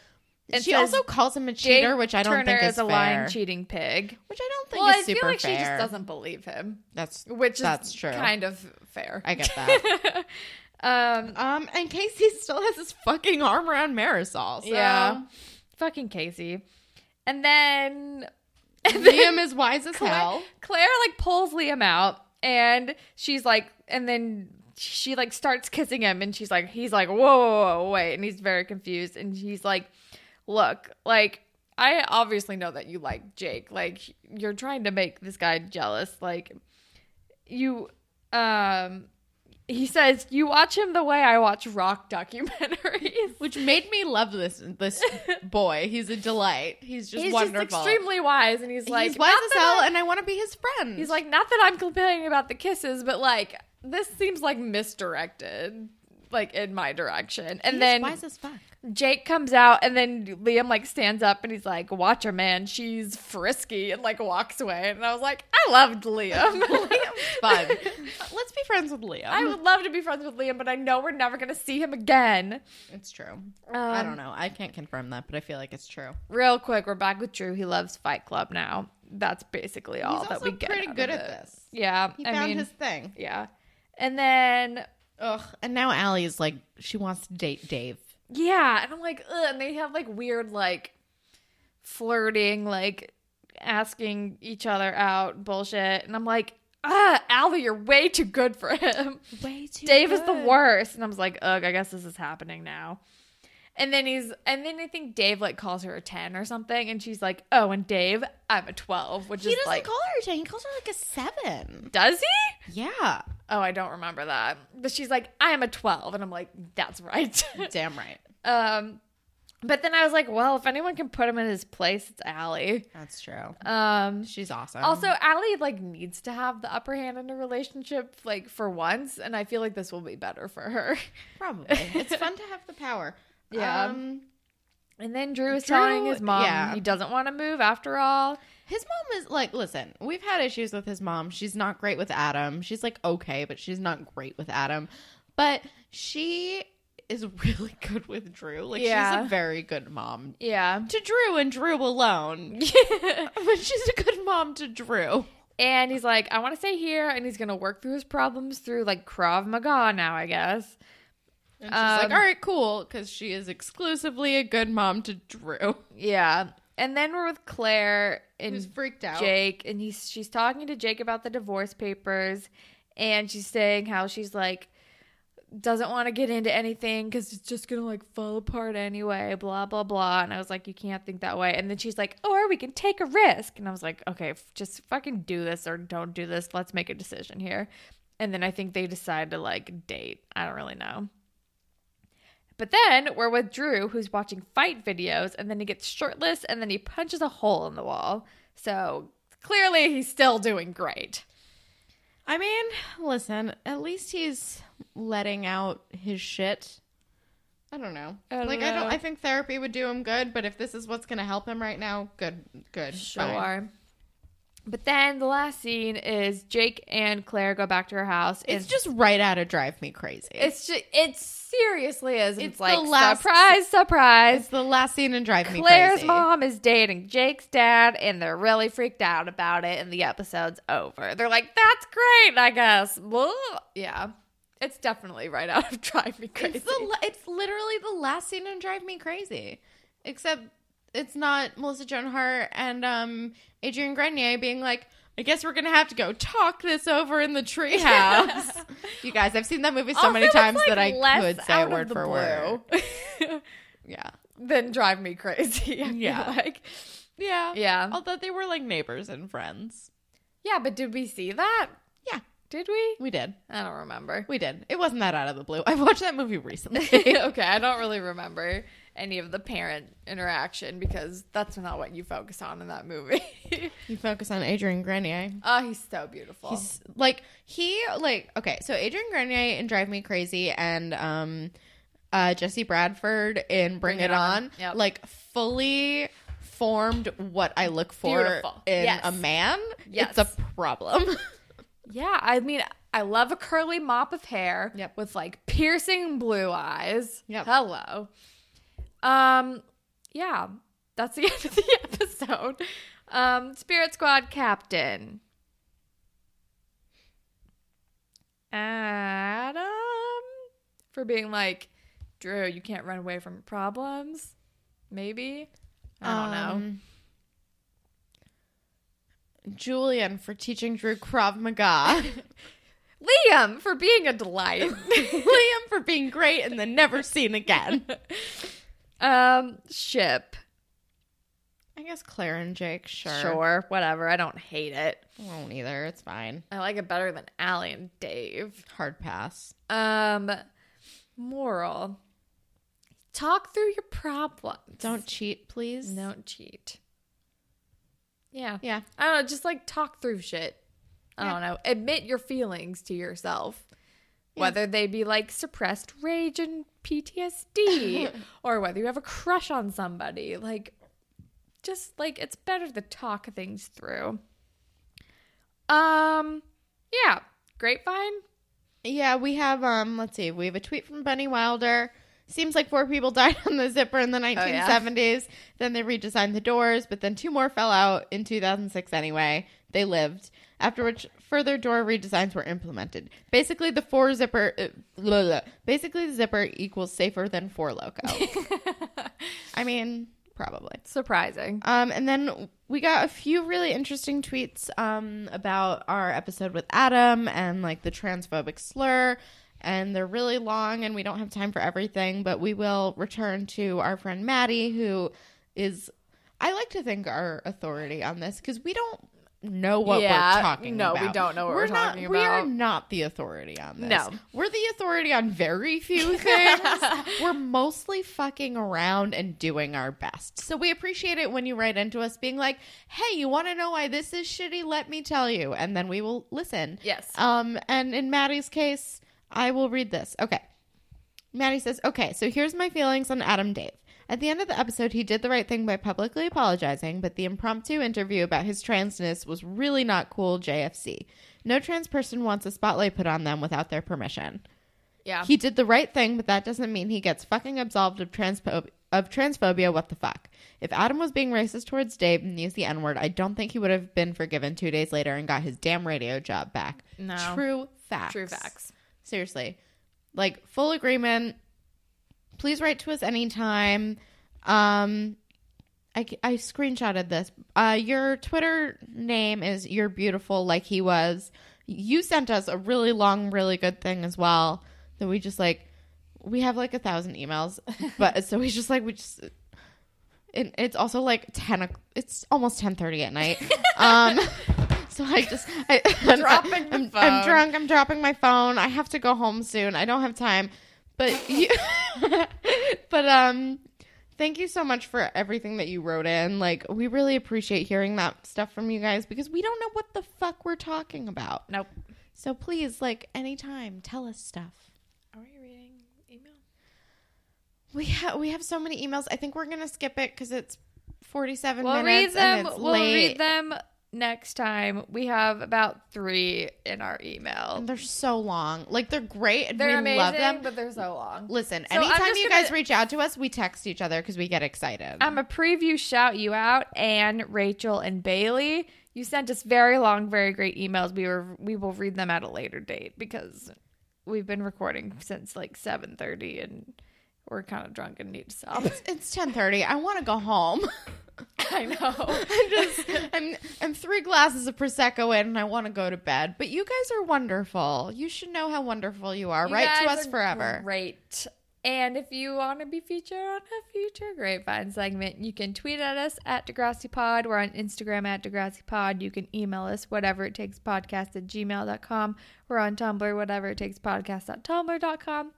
C: And
B: she
C: says
B: also calls him a cheater which i don't
C: Turner
B: think is,
C: is, a lying,
B: fair,
C: cheating pig.
B: which i don't think
C: Well,
B: is
C: I
B: super
C: feel like
B: fair
C: she just doesn't believe him, [LAUGHS]
B: that's
C: which is
B: that's true
C: kind of fair.
B: i get that
C: um,
B: um and casey still has his fucking arm around marisol so
C: yeah, fucking Casey. And then
B: liam is wise
C: [LAUGHS]
B: as
C: Claire,
B: hell
C: Claire like pulls Liam out and she's like, and then she like starts kissing him and she's like, he's like, whoa, whoa, whoa, wait. And he's very confused. And he's like, look, like, I obviously know that you like Jake. Like, you're trying to make this guy jealous. Like, you, um, he says, "You watch him the way I watch rock documentaries." [LAUGHS]
B: Which made me love this [LAUGHS] this boy. He's a delight. He's just
C: he's
B: wonderful.
C: just extremely wise, and he's like,
B: he's wise
C: "Not
B: as
C: that
B: hell,
C: I-"
B: and I want to be his friend.
C: he's like, "Not that I'm complaining about the kisses, but like this seems like misdirected." Like in my direction, and
B: He's
C: then
B: wise as fuck.
C: Jake comes out, and then Liam like stands up and he's like, "Watch her, man. She's frisky," and like walks away. And I was like, "I
B: [LAUGHS]
C: loved Liam.
B: Liam's fun. [LAUGHS] Let's be friends with Liam.
C: I would love to be friends with Liam, but I know we're never gonna see him again."
B: it's true. I
C: Um,
B: don't know. I can't confirm that, but I feel like it's true.
C: Real quick, we're back with Drew. He loves Fight Club now. That's basically all
B: He's
C: that
B: also
C: we get.
B: pretty
C: out of
B: good at
C: it.
B: this.
C: Yeah,
B: He
C: I
B: found
C: mean,
B: his thing.
C: yeah. And then
B: Ugh. And now Allie's like she wants to date Dave.
C: yeah, and I'm like, Ugh, and they have like weird like flirting, like asking each other out bullshit, and I'm like. Ah, Allie, you're way too good for
B: [LAUGHS]
C: him.
B: Way too.
C: Dave is the worst. And I was like, ugh, I guess this is happening now. And then he's, and then I think Dave like calls her a 10 or something. And she's like, oh, and Dave, I'm a 12, which
B: He
C: is
B: doesn't
C: like,
B: call her a ten. He calls her like a seven.
C: does
B: [LAUGHS]
C: he?
B: Yeah.
C: Oh, I don't remember that. But she's like, I am a 12. And I'm like, that's right. [LAUGHS]
B: Damn right.
C: um, but then I was like, well, if anyone can put him in his place, it's Allie.
B: That's true.
C: Um,
B: She's awesome.
C: also, Allie like needs to have the upper hand in a relationship, like for once, and I feel like this will be better for her. [LAUGHS]
B: probably [LAUGHS] it's fun to have the power.
C: Yeah.
B: Um,
C: And then Drew is
B: Drew-
C: telling his mom
B: yeah.
C: he doesn't want to move after all.
B: His mom is like, listen, we've had issues with his mom. She's not great with Adam. She's like okay, but she's not great with Adam. But she is [LAUGHS] really good with Drew. Like she's
C: Yeah.
B: a very good mom
C: Yeah.
B: to Drew and Drew alone. [LAUGHS] but she's a good mom to Drew.
C: and he's like, I want to stay here. And he's going to work through his problems through like Krav Maga now, I guess.
B: And she's like,
C: Um,
B: all right, cool, because she is exclusively a good mom to Drew,
C: Yeah. And then we're with Claire
B: who's
C: and
B: freaked out.
C: Jake. And he's, she's talking to Jake about the divorce papers. And she's saying how she's like, doesn't want to get into anything because it's just going to like fall apart anyway, blah, blah, blah. And I was like, you can't think that way. And then she's like, or we can take a risk. And I was like, okay, f- just fucking do this or don't do this. Let's make a decision here. And then I think they decide to like date. I don't really know. But then we're with Drew, who's watching fight videos, and then he gets shirtless and then he punches a hole in the wall. So clearly he's still doing great.
B: I mean, listen, at least he's letting out his shit. I don't know.
C: I don't
B: like I don't
C: know.
B: I think therapy would do him good, but if this is what's gonna help him right now, good good. fine.
C: Sure. But then the last scene is Jake and Claire go back to her house.
B: It's
C: and
B: just right out of drive me crazy. It's,
C: it's just it seriously is. It's,
B: It's
C: like
B: the last-
C: surprise, surprise.
B: the last scene in Drive Me
C: Claire's
B: Crazy.
C: mom is dating Jake's dad, and they're really freaked out about it. And the episode's over. They're like, "That's great, I guess." Blah. Yeah, it's definitely right out of [LAUGHS] Drive Me Crazy.
B: It's the la- it's literally the last scene in Drive Me Crazy. Except it's not Melissa Joan Hart and um Adrian Grenier being like I guess we're gonna have to go talk this over in the treehouse. [LAUGHS] you guys, I've seen that movie so many
C: Also, it's,
B: times
C: like,
B: that I
C: less
B: could say
C: out
B: it
C: of
B: word
C: the
B: for
C: [LAUGHS]
B: word.
C: blue
B: Yeah,
C: than Drive Me Crazy. I feel
B: Yeah.
C: like
B: yeah,
C: yeah,
B: Although they were like neighbors and friends.
C: yeah. But did we see that?
B: Yeah,
C: Did we?
B: we did.
C: I don't remember.
B: We did. It wasn't that out of the blue. I watched that movie
C: [LAUGHS]
B: recently.
C: okay, I don't really remember any of the parent interaction because that's not what you focus on in that movie. [LAUGHS]
B: you focus on Adrian Grenier.
C: oh, he's so beautiful.
B: He's like he like okay. So Adrian Grenier in Drive Me Crazy and um, uh, Jesse Bradford in Bring, It On,
C: Yep.
B: like fully formed what I look for
C: Beautiful.
B: in
C: Yes.
B: a man. It's
C: Yes.
B: a problem.
C: yeah, I mean, I love a curly mop of hair
B: Yep.
C: with like piercing blue eyes.
B: Yep.
C: Hello. Um, yeah, that's the [LAUGHS] end of the episode. Um, Spirit Squad Captain. Adam for being like, Drew, you can't run away from your problems. Maybe. [LAUGHS] I don't know.
B: Um, Julian for teaching Drew Krav Maga.
C: [LAUGHS] Liam for being a [LAUGHS] delight.
B: Liam for being great and
C: [LAUGHS]
B: then never seen again.
C: um, ship.
B: I guess Claire and Jake, sure.
C: Sure, whatever. I don't hate it.
B: I won't either. It's fine.
C: I like it better than Allie and Dave.
B: Hard pass.
C: Um, moral. Talk through your problems.
B: Don't cheat, please.
C: Don't cheat. Yeah.
B: Yeah.
C: I don't know. Just like talk through shit. I don't know. Admit your feelings to yourself, whether they be like suppressed rage and
B: [LAUGHS]
C: PTSD or whether you have a crush on somebody. Like, just like it's better to talk things through. Um, yeah. Grapevine?
B: Yeah, we have um let's see, we have a tweet from Bunny Wilder. Seems like four people [LAUGHS] died on the zipper in the 1970s. Then they redesigned the doors, but then two more fell out in 2006 anyway. They lived. After which further door redesigns were implemented. Basically the four zipper uh, blah, blah. basically the zipper equals safer than four loco. I mean, probably.
C: Surprising.
B: Um, and then we got a few really interesting tweets um, about our episode with Adam and like the transphobic slur. And they're really long, and we don't have time for everything, but we will return to our friend Maddie, who is, I like to think, our authority on this because we don't know what
C: Yeah,
B: we're talking
C: no, we
B: about.
C: don't know what we're
B: not,
C: talking
B: We are
C: about.
B: not the authority on this.
C: No.
B: We're the authority on very few things. We're mostly fucking around and doing our best. So we appreciate it when you write into us being like, hey, you want to know why this is shitty? Let me tell you. And then we will listen.
C: Yes.
B: Um, and in Maddie's case, I will read this. Okay. Maddie says, okay, so here's my feelings on Adam Dave. At the end of the episode, he did the right thing by publicly apologizing, but the impromptu interview about his transness was really not cool, JFC. No trans person wants a spotlight put on them without their permission.
C: Yeah.
B: He did the right thing, but that doesn't mean he gets fucking absolved of transpo- of transphobia. What the fuck? If Adam was being racist towards Dave and used the N word, I don't think he would have been forgiven two days later and got his damn radio job back.
C: No.
B: True facts.
C: True facts.
B: Seriously. Like full agreement. Please write to us anytime. Um I, I screenshotted this. Uh, your Twitter name is You're Beautiful Like He Was. You sent us a really long, really good thing as well that we just like, we have like a thousand emails. [LAUGHS] But so we just like, we just, and it's also like 10, o'c- it's almost 1030 at night. um, so I just, I, [LAUGHS] I'm,
C: Dropping your
B: I'm,
C: phone.
B: I'm drunk. I'm dropping my phone. I have to go home soon. I don't have time. But you, [LAUGHS] but, um, Thank you so much for everything that you wrote in. Like, we really appreciate hearing that stuff from you guys because we don't know what the fuck we're talking about.
C: Nope.
B: So please, like, anytime, tell us stuff.
C: Are we reading email?
B: We have we have so many emails. I think we're gonna skip it because it's forty seven
C: We'll read
B: minutes
C: them.
B: and it's
C: We'll
B: late.
C: read them next time. We have about three in our email.
B: And they're so long. Like, they're great. And
C: They're
B: we
C: amazing,
B: love them.
C: but they're so long.
B: Listen,
C: So I'm
B: anytime
C: just
B: you
C: gonna-
B: guys reach out to us, we text each other because we get excited.
C: I'm a preview shout you out, Anne, Rachel, and Bailey. You sent us very long, very great emails. We were we will read them at a later date because we've been recording since like 7:30 and we're kind of drunk and need to stop.
B: it's ten thirty. I want to go home.
C: [LAUGHS]
B: [LAUGHS]
C: I know.
B: I'm [LAUGHS] just I'm I'm three glasses of prosecco in, and I want to go to bed. But you guys are wonderful. You should know how wonderful you are.
C: You
B: Write to
C: guys
B: us
C: are
B: forever.
C: Great. And if you want to be featured on a future Grapevine segment, you can tweet at us at Degrassi Pod. We're on Instagram at Degrassi Pod. You can email us whatever it takes podcast at gmail.com. We're on Tumblr, whatever it takes podcast at tumblr.com.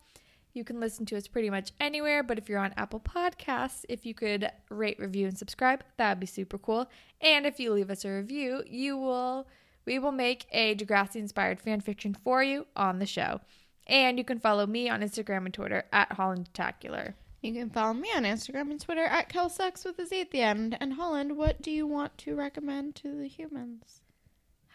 C: You can listen to us pretty much anywhere, but if you're on Apple Podcasts, if you could rate, review, and subscribe, that would be super cool. And if you leave us a review, you will we will make a Degrassi inspired fan fiction for you on the show. And you can follow me on Instagram and Twitter at HollandTacular.
B: You can follow me on Instagram and Twitter at Kelsucks with a Z at the end. And Holland, what do you want to recommend to the humans?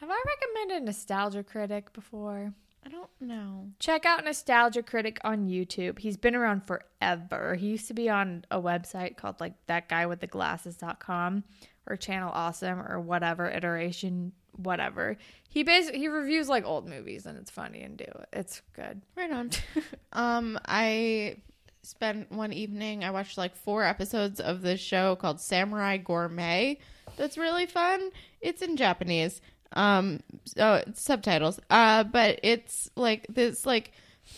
C: Have I recommended Nostalgia Critic before?
B: I don't know.
C: Check out Nostalgia Critic on YouTube. He's been around forever. He used to be on a website called like that guy with the glasses.com or Channel Awesome or whatever iteration whatever. He basically he reviews like old movies and it's funny and do it. It's good.
B: Right on. [LAUGHS] um, I spent one evening. I watched like four episodes of this show called Samurai Gourmet. That's really fun. It's in Japanese. Um, so it's subtitles. Uh, but it's like this like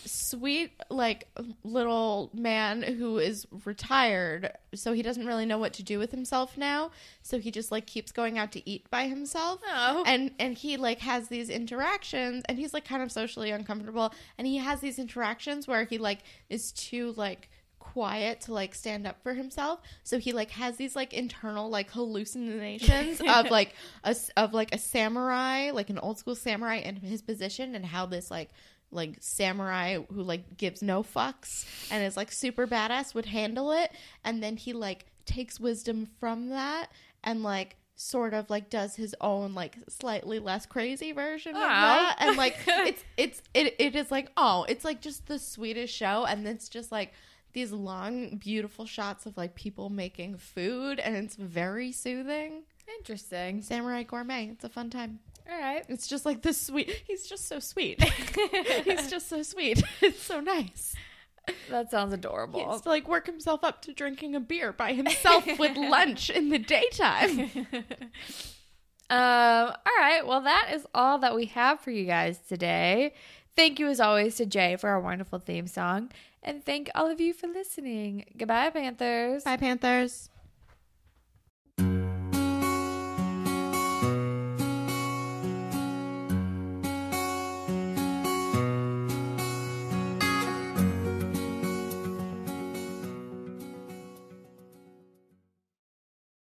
B: sweet like little man who is retired so he doesn't really know what to do with himself now so he just like keeps going out to eat by himself
C: Oh.
B: and and he like has these interactions and he's like kind of socially uncomfortable and he has these interactions where he like is too like quiet to like stand up for himself so he like has these like internal like hallucinations of like a s- of like a samurai like an old school samurai and his position and how this like like samurai who like gives no fucks and is like super badass would handle it and then he like takes wisdom from that and like sort of like does his own like slightly less crazy version of
C: Aw.
B: that and like it's it's it, it is like oh it's like just the sweetest show and it's just like these long beautiful shots of like people making food and it's very soothing
C: Interesting.
B: samurai gourmet it's a fun time
C: All right.
B: it's just like this sweet he's just so sweet [LAUGHS] he's just so sweet [LAUGHS] it's so nice
C: That sounds adorable.
B: he has to like work himself up to drinking a beer by himself with lunch in the daytime
C: Um, all right. Well, that is all that we have for you guys today. Thank you, as always, to Jay for our wonderful theme song. And thank all of you for listening. Goodbye, Panthers.
B: panthers